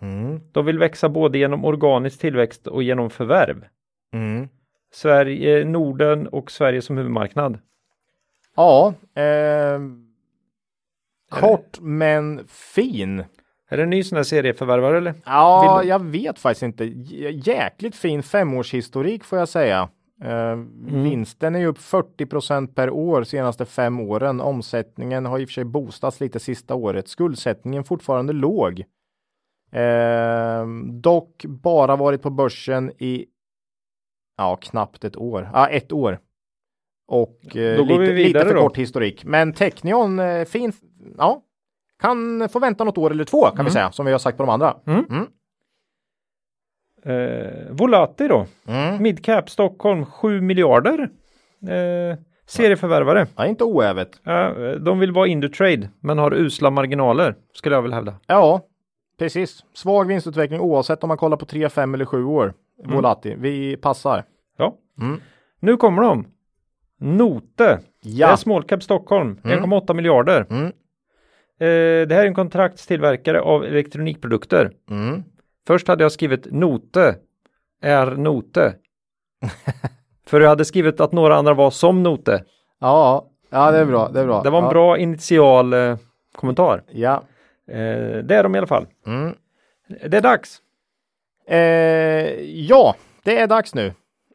Mm. De vill växa både genom organisk tillväxt och genom förvärv. Mm. Sverige, Norden och Sverige som huvudmarknad. Ja. ehm, kort men fin. Är det en ny sån här serieförvärvare eller? Ja, Vill jag vet faktiskt inte. J- Jäkligt fin femårshistorik får jag säga. Eh, Mm. Vinsten är ju upp 40 per år senaste fem åren. Omsättningen har i och för sig boostats lite sista året. Skuldsättningen fortfarande låg. Eh, dock bara varit på börsen i ja, knappt ett år. Ja, ett år. Och eh, Då går vi lite, lite vidare för då. kort historik. Men Technion, eh, fin. Ja, kan få vänta något år eller två kan Mm. vi säga, som vi har sagt på de andra. Eh, Volati då? Mm. Midcap Stockholm 7 miljarder. Eh, serieförvärvare. Ja, inte oävet. Eh, de vill vara Indutrade men har usla marginaler skulle jag väl hävda. Ja, precis. Svag vinstutveckling oavsett om man kollar på 3, 5 eller 7 år. Mm. Volati, vi passar. Ja. Mm. Nu kommer de. Note. Det är Ja, small cap Stockholm. 1,8 miljarder. Mm. Eh, det här är en kontraktstillverkare av elektronikprodukter. mm. Först hade jag skrivit Note. Är Note. För jag hade skrivit att några andra var som Note. ja, ja det är bra. Det, är bra. Det var en ja. bra initial eh, kommentar. Ja. Eh, det är de i alla fall. Mm. Det är dags. Eh, ja, det är dags nu.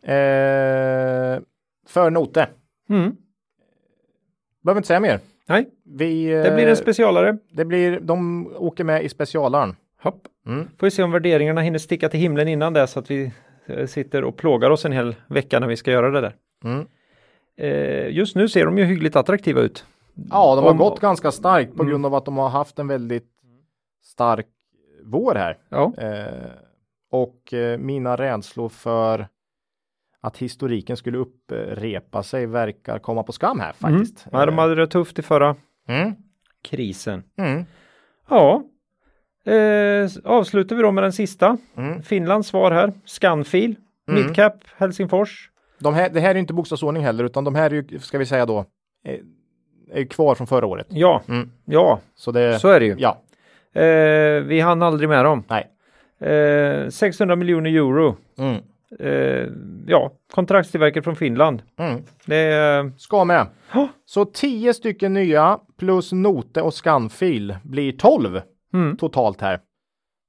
Eh, för note. Mm. Behöver inte säga mer. Nej, Vi, eh, det blir en specialare. det blir, de åker med i specialaren. Hopp. Mm. Får vi se om värderingarna hinner sticka till himlen innan det så att vi eh, sitter och plågar oss en hel vecka när vi ska göra det där. Mm. Eh, just nu ser de ju hyggligt attraktiva ut. Ja, de har Om- Mm. gått ganska starkt på grund av att de har haft en väldigt stark vår här. Ja, Eh, och eh, mina rädslor för att historiken skulle upprepa sig verkar komma på skam här faktiskt. Nej, de hade det tufft i förra Mm. krisen. Mm. Ja, eh, s- avslutar vi då med den sista. Mm. Finlands svar här, Scanfil, Midcap, Helsingfors. De här, det här är inte bokstavsordning heller, utan de här är ju, ska vi säga då, eh, är ju kvar från förra året. Ja, Mm. ja, Så det, så är det ju. ja, Eh, vi hann aldrig med dem. nej. Eh, 600 miljoner euro. Mm. eh, ja, kontraktstillverkare från Finland. Mm. Det är, Ska med. Ja. Så 10 stycken nya plus note och scanfil blir 12 Mm. totalt här.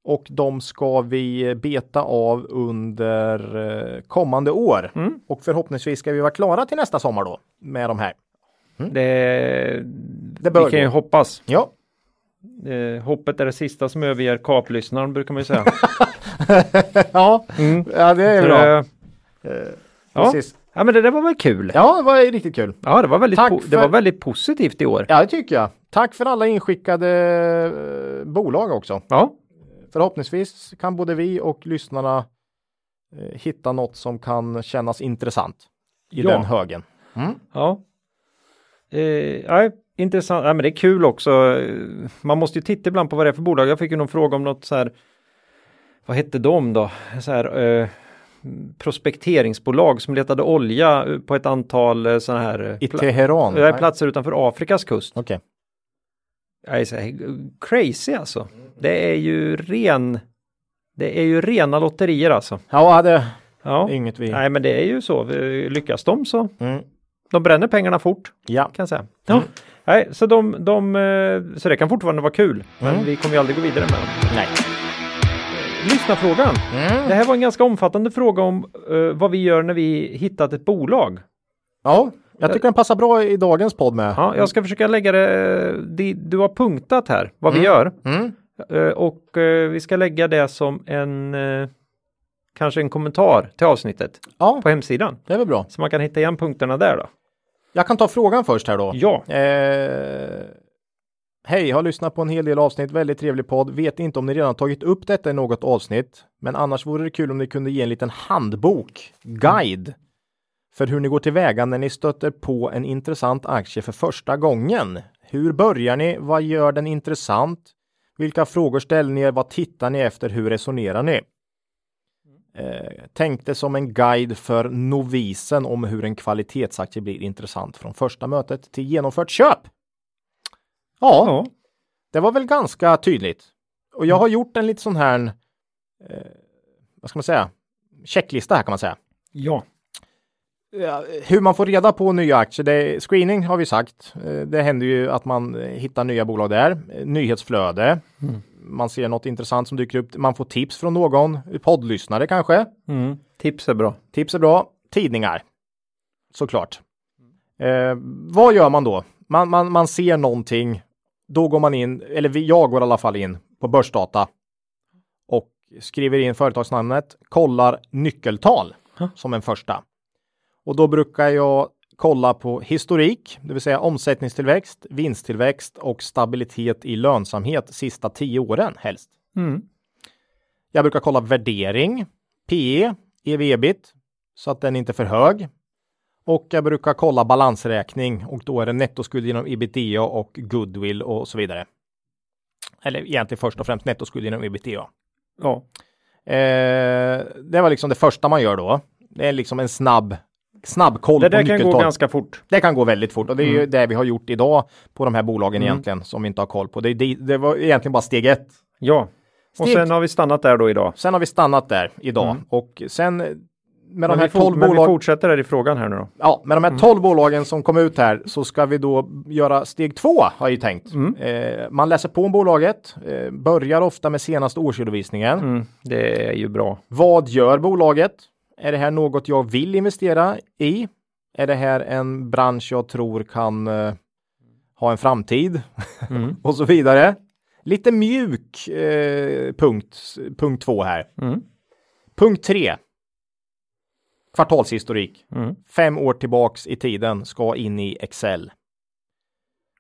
Och de ska vi beta av under eh, kommande år. Mm. Och förhoppningsvis ska vi vara klara till nästa sommar då med de här. det, är- Det bör vi kan ju gå. hoppas. Ja, Eh, hoppet är det sista som överger kaplyssnaren brukar man ju säga. ja. ja Mm. det är Så bra. det- ja. Precis. ja, men det där var väl kul. Ja, Ja, det var riktigt kul. det, var väldigt Tack po- för- det var väldigt positivt i år. Ja, det tycker jag. Tack för alla inskickade eh, bolag också. Ja, Förhoppningsvis kan både vi och lyssnarna eh, hitta något som kan kännas intressant i Ja. den högen. ja. Eh, nej, intressant. Nej, men det är kul också. Eh, Man måste ju titta ibland på vad det är för bolag. Jag fick ju någon fråga om något så här. Vad hette de då? Så här, eh, prospekteringsbolag som letade olja eh, på ett antal eh, sådana här eh, I pla- Teheran. det är Nej. platser utanför Afrikas kust. Okej. Jag är så här, crazy alltså. Det är ju ren. Det är ju rena lotterier alltså. Ja, det Ja. är inget vi... Nej, men det är ju så. Vi- Lyckas de så. Mm. De bränner pengarna fort Ja, kan jag säga. Ja. Nej, så, de, de, eh, så det kan fortfarande vara kul. Men Mm. vi kommer ju aldrig gå vidare med dem. Eh, nej. Lyssna frågan. Mm. Det här var en ganska omfattande fråga om eh, vad vi gör när vi hittat ett bolag. Ja, jag tycker den passar bra i dagens podd med. Ja, jag ska försöka lägga det, det du har punktat här, vad vi gör. Mm. Eh, Och eh, vi ska lägga det som en eh, kanske en kommentar till avsnittet Ja, på hemsidan. det är väl bra. Så man kan hitta igen punkterna där då. Jag kan ta frågan först här då. Ja, Eh, Hej, har lyssnat på en hel del avsnitt, väldigt trevlig podd. Vet inte om ni redan tagit upp detta i något avsnitt, men annars vore det kul om ni kunde ge en liten handbok, guide, för hur ni går tillväga när ni stöter på en intressant aktie för första gången. Hur börjar ni? Vad gör den intressant? Vilka frågor ställer ni er? Vad tittar ni efter? Hur resonerar ni? Eh, tänkte som en guide för novisen om hur en kvalitetsaktie blir intressant från första mötet till genomfört köp. Ja, ja. det var väl ganska tydligt. Och jag har gjort en lite sån här, eh, vad ska man säga, checklista här kan man säga. ja. Ja, Hur man får reda på nya aktier, det är, screening har vi sagt. Eh, Det händer ju att man eh, hittar nya bolag där. Eh, Nyhetsflöde, man ser något intressant som dyker upp, man får tips från någon, poddlyssnare kanske. Mm. Tips är bra. Tips är bra. Tidningar. Såklart. Eh, vad gör man då? Man, man, man ser någonting. Då går man in, eller vi, jag går i alla fall in på börsdata och skriver in företagsnamnet, kollar nyckeltal som en första. Och då brukar jag kolla på historik, det vill säga omsättningstillväxt, vinsttillväxt och stabilitet i lönsamhet sista tio åren helst. Mm. Jag brukar kolla värdering, E PE, EV-EBIT, så att den inte är för hög. Och jag brukar kolla balansräkning och då är det E nettoskuld genom ebitda och goodwill och så vidare. Eller egentligen först och främst E nettoskuld genom ebitda. Ja. Eh, det var liksom det första man gör då. Det är liksom en snabb, snabb koll Det på där kan gå nyckeltal. ganska Mm. fort. Det kan gå väldigt fort och det är ju det vi har gjort idag på de här bolagen Mm. egentligen som vi inte har koll på. Det, det, det var egentligen bara steg ett. Ja. Och Steg- sen har vi stannat där då idag. Sen har vi stannat där idag och sen eh, med de Mm. Men, här vi, fort, Mm. 12 men vi bolag, fortsätter där i frågan här nu då. ja, med de här 12 bolagen som kom ut här så ska vi då göra steg två har jag ju tänkt. Mm. Eh, man läser på om bolaget, eh, börjar ofta med senaste årsredovisningen. Mm. Det är ju bra. Vad gör bolaget? Är det här något jag vill investera i? Är det här en bransch jag tror kan eh, ha en framtid? Mm. och så vidare. Lite mjuk eh, punkt, punkt två här. Mm. Punkt tre. Kvartalshistorik. Mm. Fem år tillbaks i tiden ska in i Excel.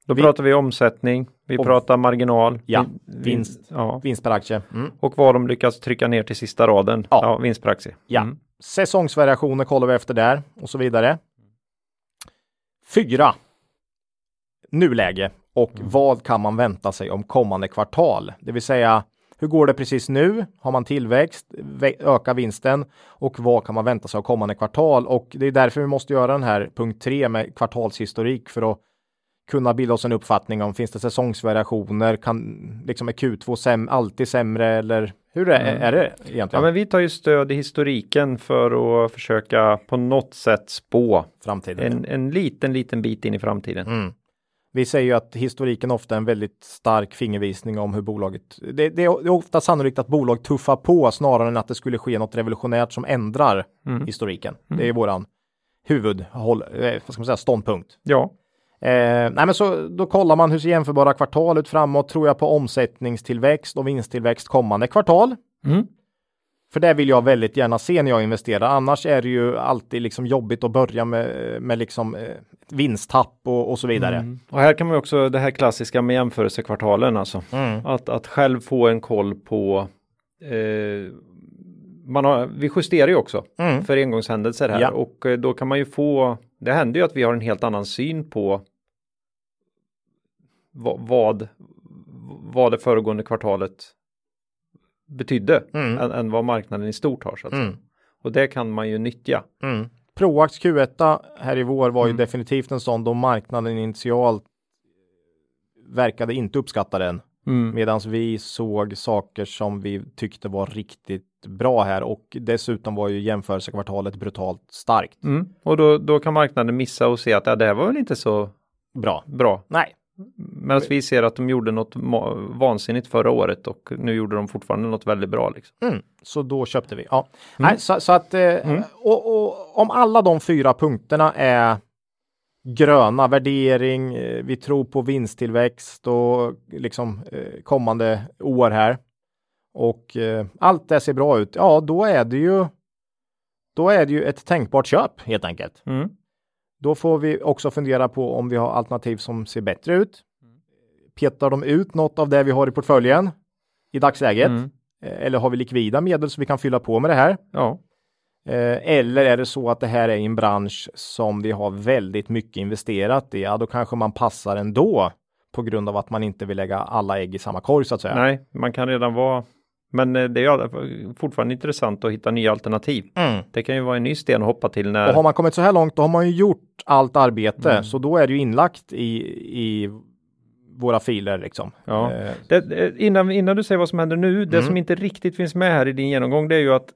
Då Vi- pratar vi omsättning, vi Om- pratar marginal. Ja, vin- vin- vinst. Ja. Vinst per aktie. Mm. Och vad de lyckas trycka ner till sista raden. Ja. Ja, vinstpraxi. Ja. Mm. Säsongsvariationer kollar vi efter där och så vidare. Fyra. Nuläge och Mm. vad kan man vänta sig om kommande kvartal? Det vill säga, hur går det precis nu? Har man tillväxt? Vä- Ökar vinsten? Och vad kan man vänta sig av kommande kvartal? Och det är därför vi måste göra den här punkt tre med kvartalshistorik för att kunna bilda oss en uppfattning om finns det säsongsvariationer? Kan liksom är Q2 säm- alltid sämre eller Hur är, är det egentligen? Mm. Ja, men vi tar ju stöd i historiken för att försöka på något sätt spå Framtiden. en, en liten, liten bit in i framtiden. Mm. Vi säger ju att historiken ofta är en väldigt stark fingervisning om hur bolaget... Det, det är ofta sannolikt att bolag tuffar på snarare än att det skulle ske något revolutionärt som ändrar historiken. Det är våran huvudhåll, eh, vad ska man säga, ståndpunkt. Ja, Eh, nej men så, då kollar man hur ser jämförbara kvartal ut framåt, tror jag på omsättningstillväxt och vinsttillväxt kommande kvartal. Mm. För det vill jag väldigt gärna se när jag investerar, annars är det ju alltid liksom jobbigt att börja med, med liksom eh, vinsttapp och, och så vidare. och här kan man ju också det här klassiska med jämförelsekvartalen alltså. Mm. Att, att själv få en koll på eh, man har, vi justerar ju också Mm. för engångshändelser här Ja. och eh, då kan man ju få, det händer ju att vi har en helt annan syn på va- vad, vad det föregående kvartalet betydde Mm. än, än vad marknaden i stort har. Så att säga. Mm. Och det kan man ju nyttja. Mm. Proax Q1 här i vår var ju definitivt en sån då marknaden initialt verkade inte uppskatta den. Medan vi såg saker som vi tyckte var riktigt bra här och dessutom var ju jämförelsekvartalet brutalt starkt. Mm. Och då, då kan marknaden missa och se att ja, det här var väl inte så Bra. bra. Nej, Medan vi ser att de gjorde något ma- vansinnigt förra året och nu gjorde de fortfarande något väldigt bra. Liksom. Mm, så då köpte vi. Ja. Nej, så, så att, eh, och, och, om alla de fyra punkterna är gröna, värdering, eh, vi tror på vinsttillväxt och liksom eh, kommande år här. Och eh, allt det ser bra ut, ja då är det ju då är det ju ett tänkbart köp helt enkelt. Mm. Då får vi också fundera på om vi har alternativ som ser bättre ut. Petar de ut något av det vi har i portföljen i dagsläget? Mm. Eh, Eller har vi likvida medel så vi kan fylla på med det här? Ja. Eh, Eller är det så att det här är en bransch som vi har väldigt mycket investerat i? Ja, då kanske man passar ändå på grund av att man inte vill lägga alla ägg i samma korg så att säga. Nej, man kan redan vara... Men eh, det är ju alla- fortfarande intressant att hitta nya alternativ. Mm. Det kan ju vara en ny sten att hoppa till Och när... har man kommit så här långt, då har man ju gjort allt arbete, Mm. så då är det ju inlagt i, i våra filer liksom. Ja. Eh, Det, det- innan, innan du säger vad som händer nu, det som inte riktigt finns med här i din genomgång, det är ju att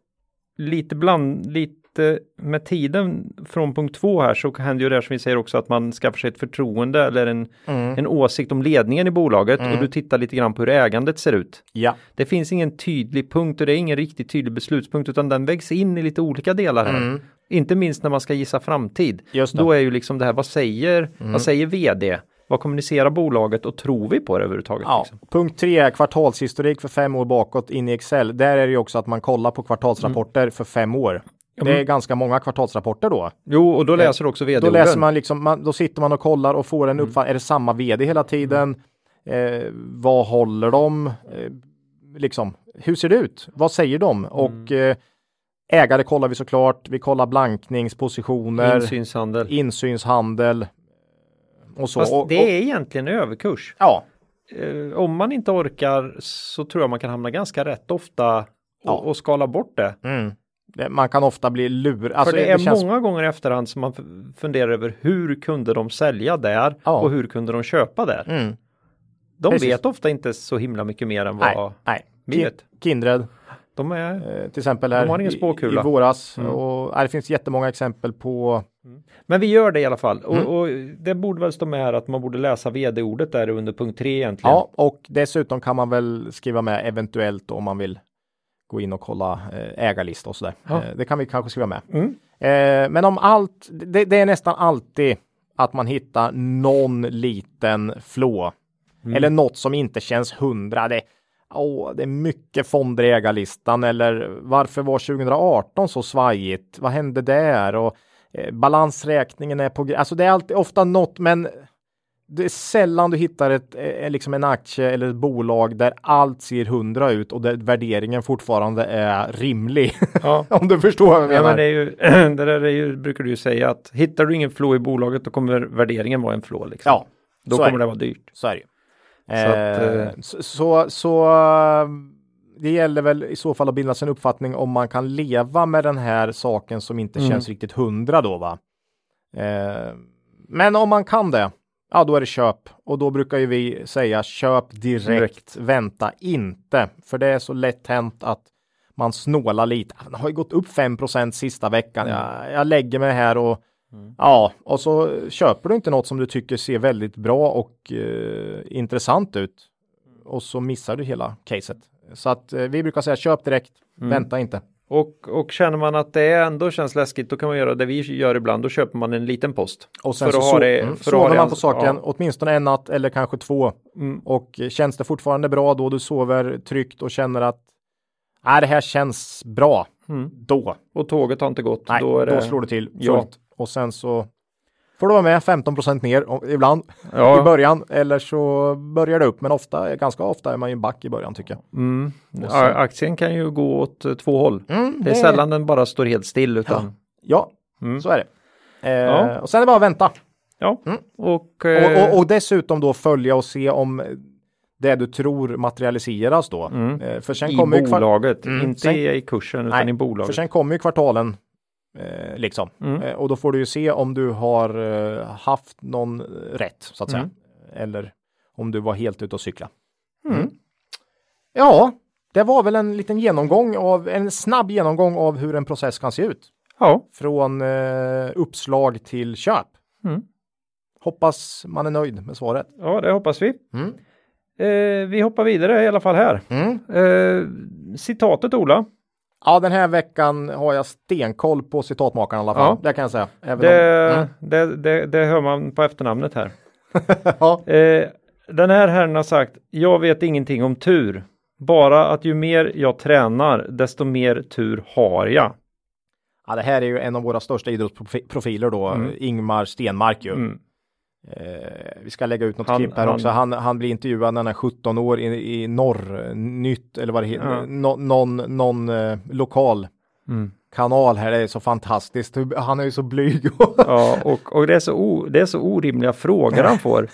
lite bland, lite med tiden från punkt två här så händer ju det här som vi säger också att man skaffar sig ett förtroende eller en, Mm. en åsikt om ledningen i bolaget Mm. och du tittar lite grann på hur ägandet ser ut. ja. Det finns ingen tydlig punkt och det är ingen riktigt tydlig beslutspunkt utan den vägs in i lite olika delar här. Inte minst när man ska gissa framtid. Mm. Just det. Mm. Då är ju liksom det här, vad säger, vad säger vd? Vad kommunicerar bolaget och tror vi på det överhuvudtaget? Ja, liksom? punkt tre är kvartalshistorik för fem år bakåt in i Excel. Där är det ju också att man kollar på kvartalsrapporter Mm. för fem år. Det är ganska många kvartalsrapporter då. Jo, och då läser du också vd Då läser man liksom, man, då sitter man och kollar och får en Mm. uppfattning. Är det samma vd hela tiden? Eh, vad håller de? Eh, liksom, hur ser det ut? Vad säger de? Och Mm. eh, ägare kollar vi såklart. Vi kollar blankningspositioner, Insynshandel. insynshandel och så. Fast och, och, det är egentligen överkurs. ja, Eh, om man inte orkar så tror jag man kan hamna ganska rätt ofta och, och skala bort det. mm. det, man kan ofta bli lur. För Alltså, det, det, är känns, många gånger i efterhand som man f- funderar över hur kunde de sälja där Ja. och hur kunde de köpa där? Mm. De Precis. vet ofta inte så himla mycket mer än vad Nej, Typ. nej. vi Ki- vet. Kindred. de är. eh, Till exempel här De har ingen i- spåkula. Mm. i våras. Och, nej, det finns jättemånga exempel på Men vi gör det i alla fall Mm. och, och det borde väl stå med här att man borde läsa vd-ordet där under punkt 3 egentligen. Ja, och dessutom kan man väl skriva med eventuellt då om man vill gå in och kolla eh, ägarlista och sådär. Ja. Eh, Det kan vi kanske skriva med. Mm. Eh, Men om allt, det, det är nästan alltid att man hittar någon liten flå. Mm. Eller något som inte känns hundra. Det, åh, det är mycket fonder i ägarlistan eller varför var 2018 så svajigt? Vad hände där? Och eh, balansräkningen är på... gr- Alltså det är alltid ofta något, men det är sällan du hittar ett, eh, liksom en aktie eller ett bolag där allt ser hundra ut och där värderingen fortfarande är rimlig. Ja. Om du förstår vad jag Ja, menar. men det, är ju, det där är ju, brukar du ju säga att hittar du ingen flå i bolaget då kommer värderingen vara en flå. Liksom. Ja, då så är kommer det. det vara dyrt. så är det ju. Så att, Eh, eh, Så, så, så eh, det gäller väl i så fall att bilda sig en uppfattning om man kan leva med den här Mm. saken som inte känns riktigt hundra då va. Eh, men om man kan det ja då är det köp. Och då brukar ju vi säga köp direkt, Direkt. vänta inte. För det är så lätt hänt att man snålar lite. Han har ju gått upp 5 sista veckan. Mm. Jag, jag lägger mig här och ja, och så köper du inte något som du tycker ser väldigt bra och eh, intressant ut. Och så missar du hela caset. Så att eh, vi brukar säga köp direkt, Mm. vänta inte. Och, och känner man att det ändå känns läskigt då kan man göra det vi gör ibland, då köper man en liten post. Och sen För så att so- ha det- mm, för att ha sover det man ans- på saken ja. Mm. åtminstone en natt eller kanske två. Och eh, känns det fortfarande bra då du sover tryggt och känner att nej, det här känns bra, Mm. då, Och tåget har inte gått. nej, då, då, är det... slår du till fullt. Ja. Och sen så får du vara med 15 ner om- ibland Ja. i början eller så börjar det upp. Men ofta, ganska ofta är man ju back i början tycker jag. Ja, Aktien kan ju gå åt eh, två håll. det är Mm, det- sällan den bara står helt still utan Ja, så är det. Eh, Mm. Ja. Och sen är det bara att vänta. ja. Och, eh, Mm. Och, och, och dessutom då följa och se om det du tror materialiseras då. Eh, För sen Mm. i kommer ju kvar- bolaget, Mm, inte sen- i kursen utan i För bolaget. Mm. sen kommer ju kvartalen. Eh, liksom. Eh, och då får du ju se om du har eh, haft någon rätt så att säga. Mm. Eller om du var helt ute och cykla. Mm. Ja, det var väl en liten genomgång av en snabb genomgång av hur en process kan se ut. Ja, Från eh, uppslag till köp. Mm. Hoppas man är nöjd med svaret. ja, det hoppas vi. Mm. Eh, vi hoppar vidare i alla fall här. Mm. Eh, citatet Ola, Ja, den här veckan har jag stenkoll på citatmakaren i alla fall. Ja. Det kan jag säga. Även det, om, Mm. det, det, det hör man på efternamnet här. ja. Eh, den här herren har sagt, jag vet ingenting om tur. Bara att ju mer jag tränar, desto mer tur har jag. ja, det här är ju en av våra största idrottsprofiler då, Mm. Ingmar Stenmark ju. Eh, vi ska lägga ut något Han- klipp här han- också. Han, han blir intervjuad när han är 17 år i, i norr, eh, nytt eller vad det heter, Ja. Mm. Nå- någon, någon eh, lokal kanal här. Det är så fantastiskt. Han är ju så blyg. Ja, och, och det, är så o, det är så orimliga frågor han får.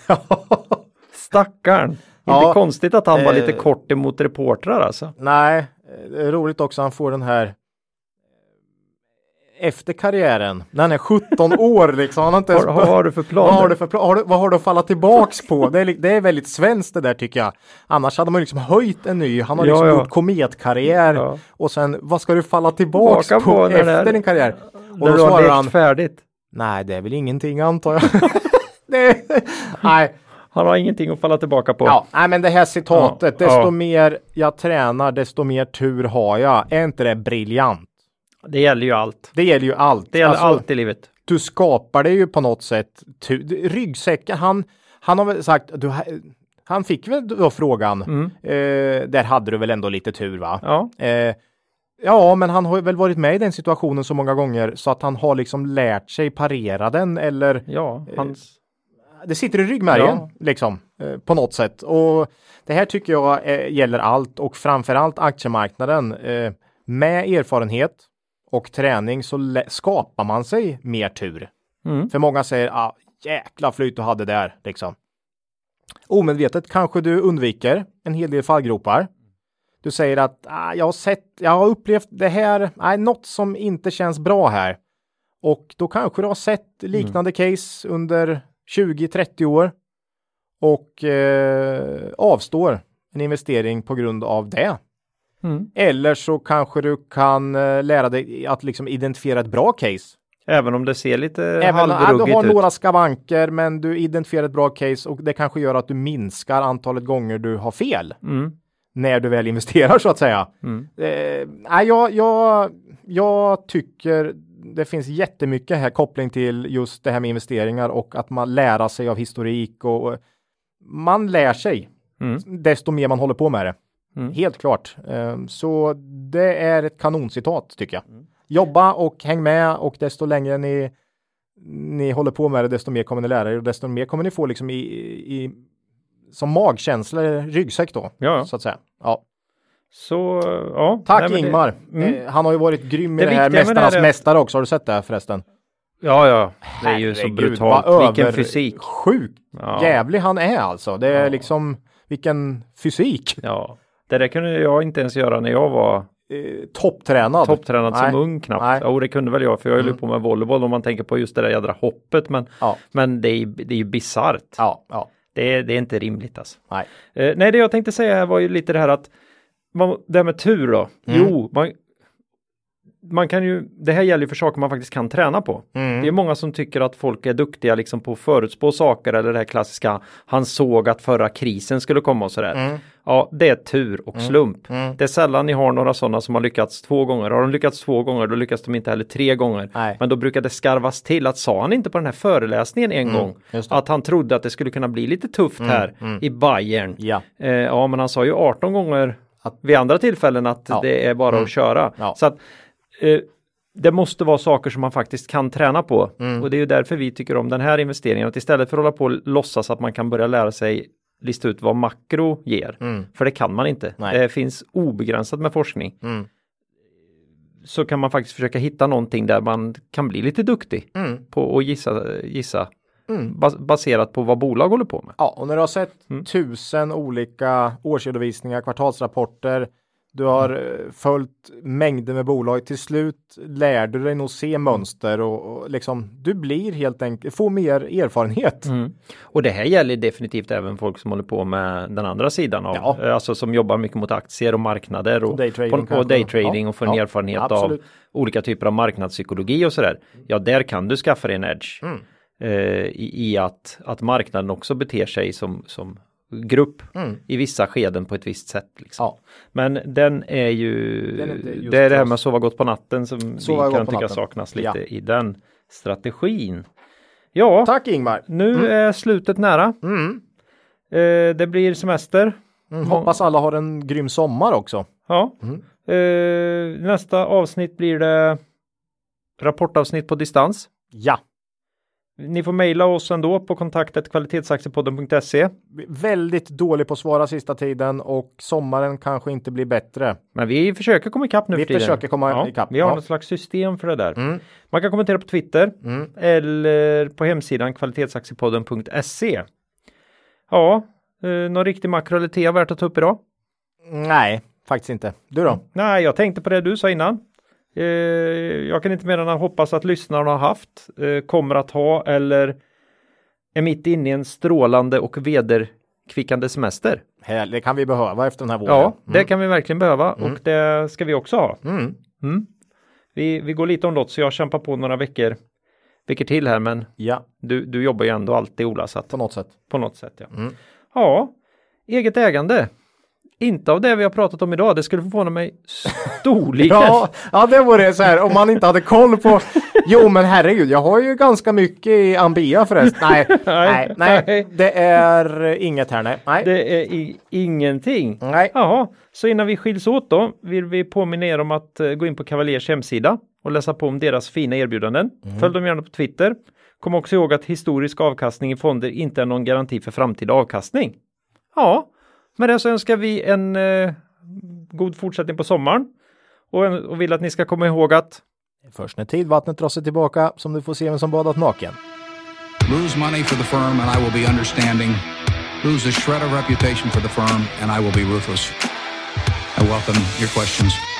Stackarn. Ja, Inte konstigt att han var eh, lite kort emot reportrar alltså. Nej, eh, det är roligt också. Han får den här eh, efter karriären, när han är 17 år liksom, han har inte Har, ens vad har du för planer? Vad har, du för, pla- har du, vad har du att falla tillbaks på? Det är, li- det är väldigt svenskt det där tycker jag. Annars hade man ju liksom höjt en ny. Han har Ja, liksom ja. gjort kometkarriär Ja. och sen vad ska du falla tillbaks Tillbaka på, på när det efter är- din karriär? Och När då du har svarar lekt han, färdigt. nej det är väl ingenting antar jag. det är, nej. Han har ingenting att falla tillbaka på. Ja, nej, men det här citatet, Ja, desto ja. mer jag tränar, desto mer tur har jag. Är inte det briljant? Det gäller ju allt. Det gäller ju allt. Det gäller Alltså, allt i livet. du skapar det ju på något sätt. Tu- d- Ryggsäcken, han, han har väl sagt, du, ha- han fick väl då frågan, eh, där hade du väl ändå lite tur va? Ja, Eh, ja, men han har ju väl varit med i den situationen så många gånger så att han har liksom lärt sig parera den eller ja. Eh. Hans, det sitter i ryggmärgen Ja. liksom eh, på något sätt. Och det här tycker jag eh, gäller allt och framförallt aktiemarknaden. Eh, med erfarenhet och träning så lä- skapar man sig mer tur. Mm. För många säger ah, jäkla flyt du hade där liksom. Omedvetet kanske du undviker en hel del fallgropar. Du säger att ah, jag har sett, jag har upplevt det här, nej, något som inte känns bra här. Och då kanske du har sett Mm. liknande case under 20-30 år och eh, avstår en investering på grund av det. Mm. Eller så kanske du kan eh, lära dig att liksom identifiera ett bra case. även om det ser lite Även om du halvruggigt har ut. några skavanker men du identifierar ett bra case och det kanske gör att du minskar antalet gånger du har fel Mm. när du väl investerar så att säga. Mm. Eh, nej, jag, jag, jag tycker det finns jättemycket här koppling till just det här med investeringar och att man lär sig av historik och och man lär sig Mm. desto mer man håller på med det. Mm. Helt klart. Eh, så det är ett kanoncitat tycker jag. Mm. Jobba och häng med och desto längre ni ni håller på med det, desto mer kommer ni lära er och desto mer kommer ni få liksom i, i som magkänsla, eller ryggsäck då. Ja, ja. Så att säga. Ja. Så, ja. Tack Nej, men det- Ingmar. Mm. Eh, Han har ju varit grym i Det det, här viktiga med det Mästarnas här är att- mästare också. Har du sett det här förresten? Ja, ja. Det är ju så Herregud, brutalt. vad Vilken över- fysik. Sjukt Ja. jävlig han är alltså. Det är liksom vilken fysik. Ja. Det där kunde jag inte ens göra när jag var eh, topptränad. Topptränad Nej. som ung knappt. Nej. Mm. Jo, det kunde väl jag för jag höll ju på med volleyboll om man tänker på just det där jädra hoppet. Men, Ja. men det är det är ju bisarrt. Ja, ja, Det, är- det är inte rimligt alltså. nej. Eh, nej, det jag tänkte säga här var ju lite det här att man, det här med tur då. Mm. Jo, man, man kan ju, det här gäller ju för saker man faktiskt kan träna på. Mm. Det är många som tycker att folk är duktiga liksom på att förutspå saker eller det här klassiska, han såg att förra krisen skulle komma och sådär. Mm. Ja, det är tur och slump. Det är sällan ni har några sådana som har lyckats två gånger. Har de lyckats två gånger, då lyckas de inte heller tre gånger. Nej. Men då brukar det skarvas till att sa han inte på den här föreläsningen en gång Mm, just det. Mm, att han trodde att det skulle kunna bli lite tufft här i Bayern. Ja. Eh, ja, men han sa ju 18 gånger vid andra tillfällen att Ja. Mm. det är bara att köra. Ja. Så att eh, det måste vara saker som man faktiskt kan träna på. Mm. Och det är ju därför vi tycker om den här investeringen. Att istället för att hålla på och låtsas att man kan börja lära sig lista ut vad makro ger. För det kan man inte. Mm. Nej. Mm. Det finns obegränsat med forskning. Så kan man faktiskt försöka hitta någonting där man kan bli lite duktig Mm. på att gissa, gissa bas- baserat på vad bolag håller på med. Ja, och när du har sett Mm. tusen olika årsredovisningar, kvartalsrapporter, du har Mm. eh, följt mängder med bolag, till slut lär du dig nog se mönster och, och liksom, du blir helt enkelt, får mer erfarenhet. Mm. Och det här gäller definitivt även folk som håller på med den andra sidan av, Ja. eh, alltså som jobbar mycket mot aktier och marknader och, Och daytrading på- och, kanske. daytrading Ja, och får en ja, erfarenhet absolut. av olika typer av marknadspsykologi och sådär. Ja, där kan du skaffa dig en edge Mm. eh, i, i att, att marknaden också beter sig som, som grupp i vissa skeden på ett visst sätt. Liksom. Mm. Ja. Men den är ju, Den är inte just det är det här just- med att sova gott på natten som Sova vi gott kan på tycka natten. saknas lite Ja. i den strategin. Ja, Tack Ingmar! nu är slutet nära. Eh, det blir semester. Mm, hoppas alla har en grym sommar också. Ja. Mm. Eh, nästa avsnitt blir det rapportavsnitt på distans. Ja, Ni får mejla oss ändå på kontaktet kvalitetsaktiepodden.se. väldigt dålig på att svara sista tiden och sommaren kanske inte blir bättre. Men vi försöker komma ikapp nu Vi för tiden. försöker komma ja, ikapp, Vi har ja. Mm. något slags system för det där. Man kan kommentera på Twitter eller på hemsidan kvalitetsaktiepodden.se. Ja, eh, någon riktig makro eller tea värt att ta upp idag? Nej, faktiskt inte. Du då? Nej, jag tänkte på det du sa innan. Eh, jag kan inte mer än att hoppas att lyssnarna har haft, eh, kommer att ha eller är mitt inne i en strålande och vederkvickande semester. Här, Det kan vi behöva efter den här våren. Mm. Ja, det kan vi verkligen behöva och det ska vi också ha. Mm. Vi, vi går lite om lott så jag kämpar på några veckor, veckor till här men ja du, du jobbar ju ändå alltid Ola så att på något sätt. på något sätt. Ja. ja, eget ägande. Inte av det vi har pratat om idag, det skulle förvåna mig storligen. Ja, ja, det vore så här om man inte hade koll på. Jo, men herregud, jag har ju ganska mycket i Ambea förresten. Nej, nej, nej, nej. det är inget här. Nej, nej, Det är i, ingenting. nej. Jaha, så innan vi skiljs åt då vill vi påminna er om att eh, gå in på Cavaliers hemsida och läsa på om deras fina erbjudanden. Följ dem gärna på Twitter. Kom också ihåg att historisk avkastning i fonder inte är någon garanti för framtida avkastning. Ja, med det så önskar vi en eh, god fortsättning på sommaren och, en, och vill att ni ska komma ihåg att Först när tidvattnet drar sig tillbaka som du får se vem som badat naken. Lose money for the firm, and I will be understanding. Lose a shred of reputation for the firm, and I will be ruthless. I welcome your questions.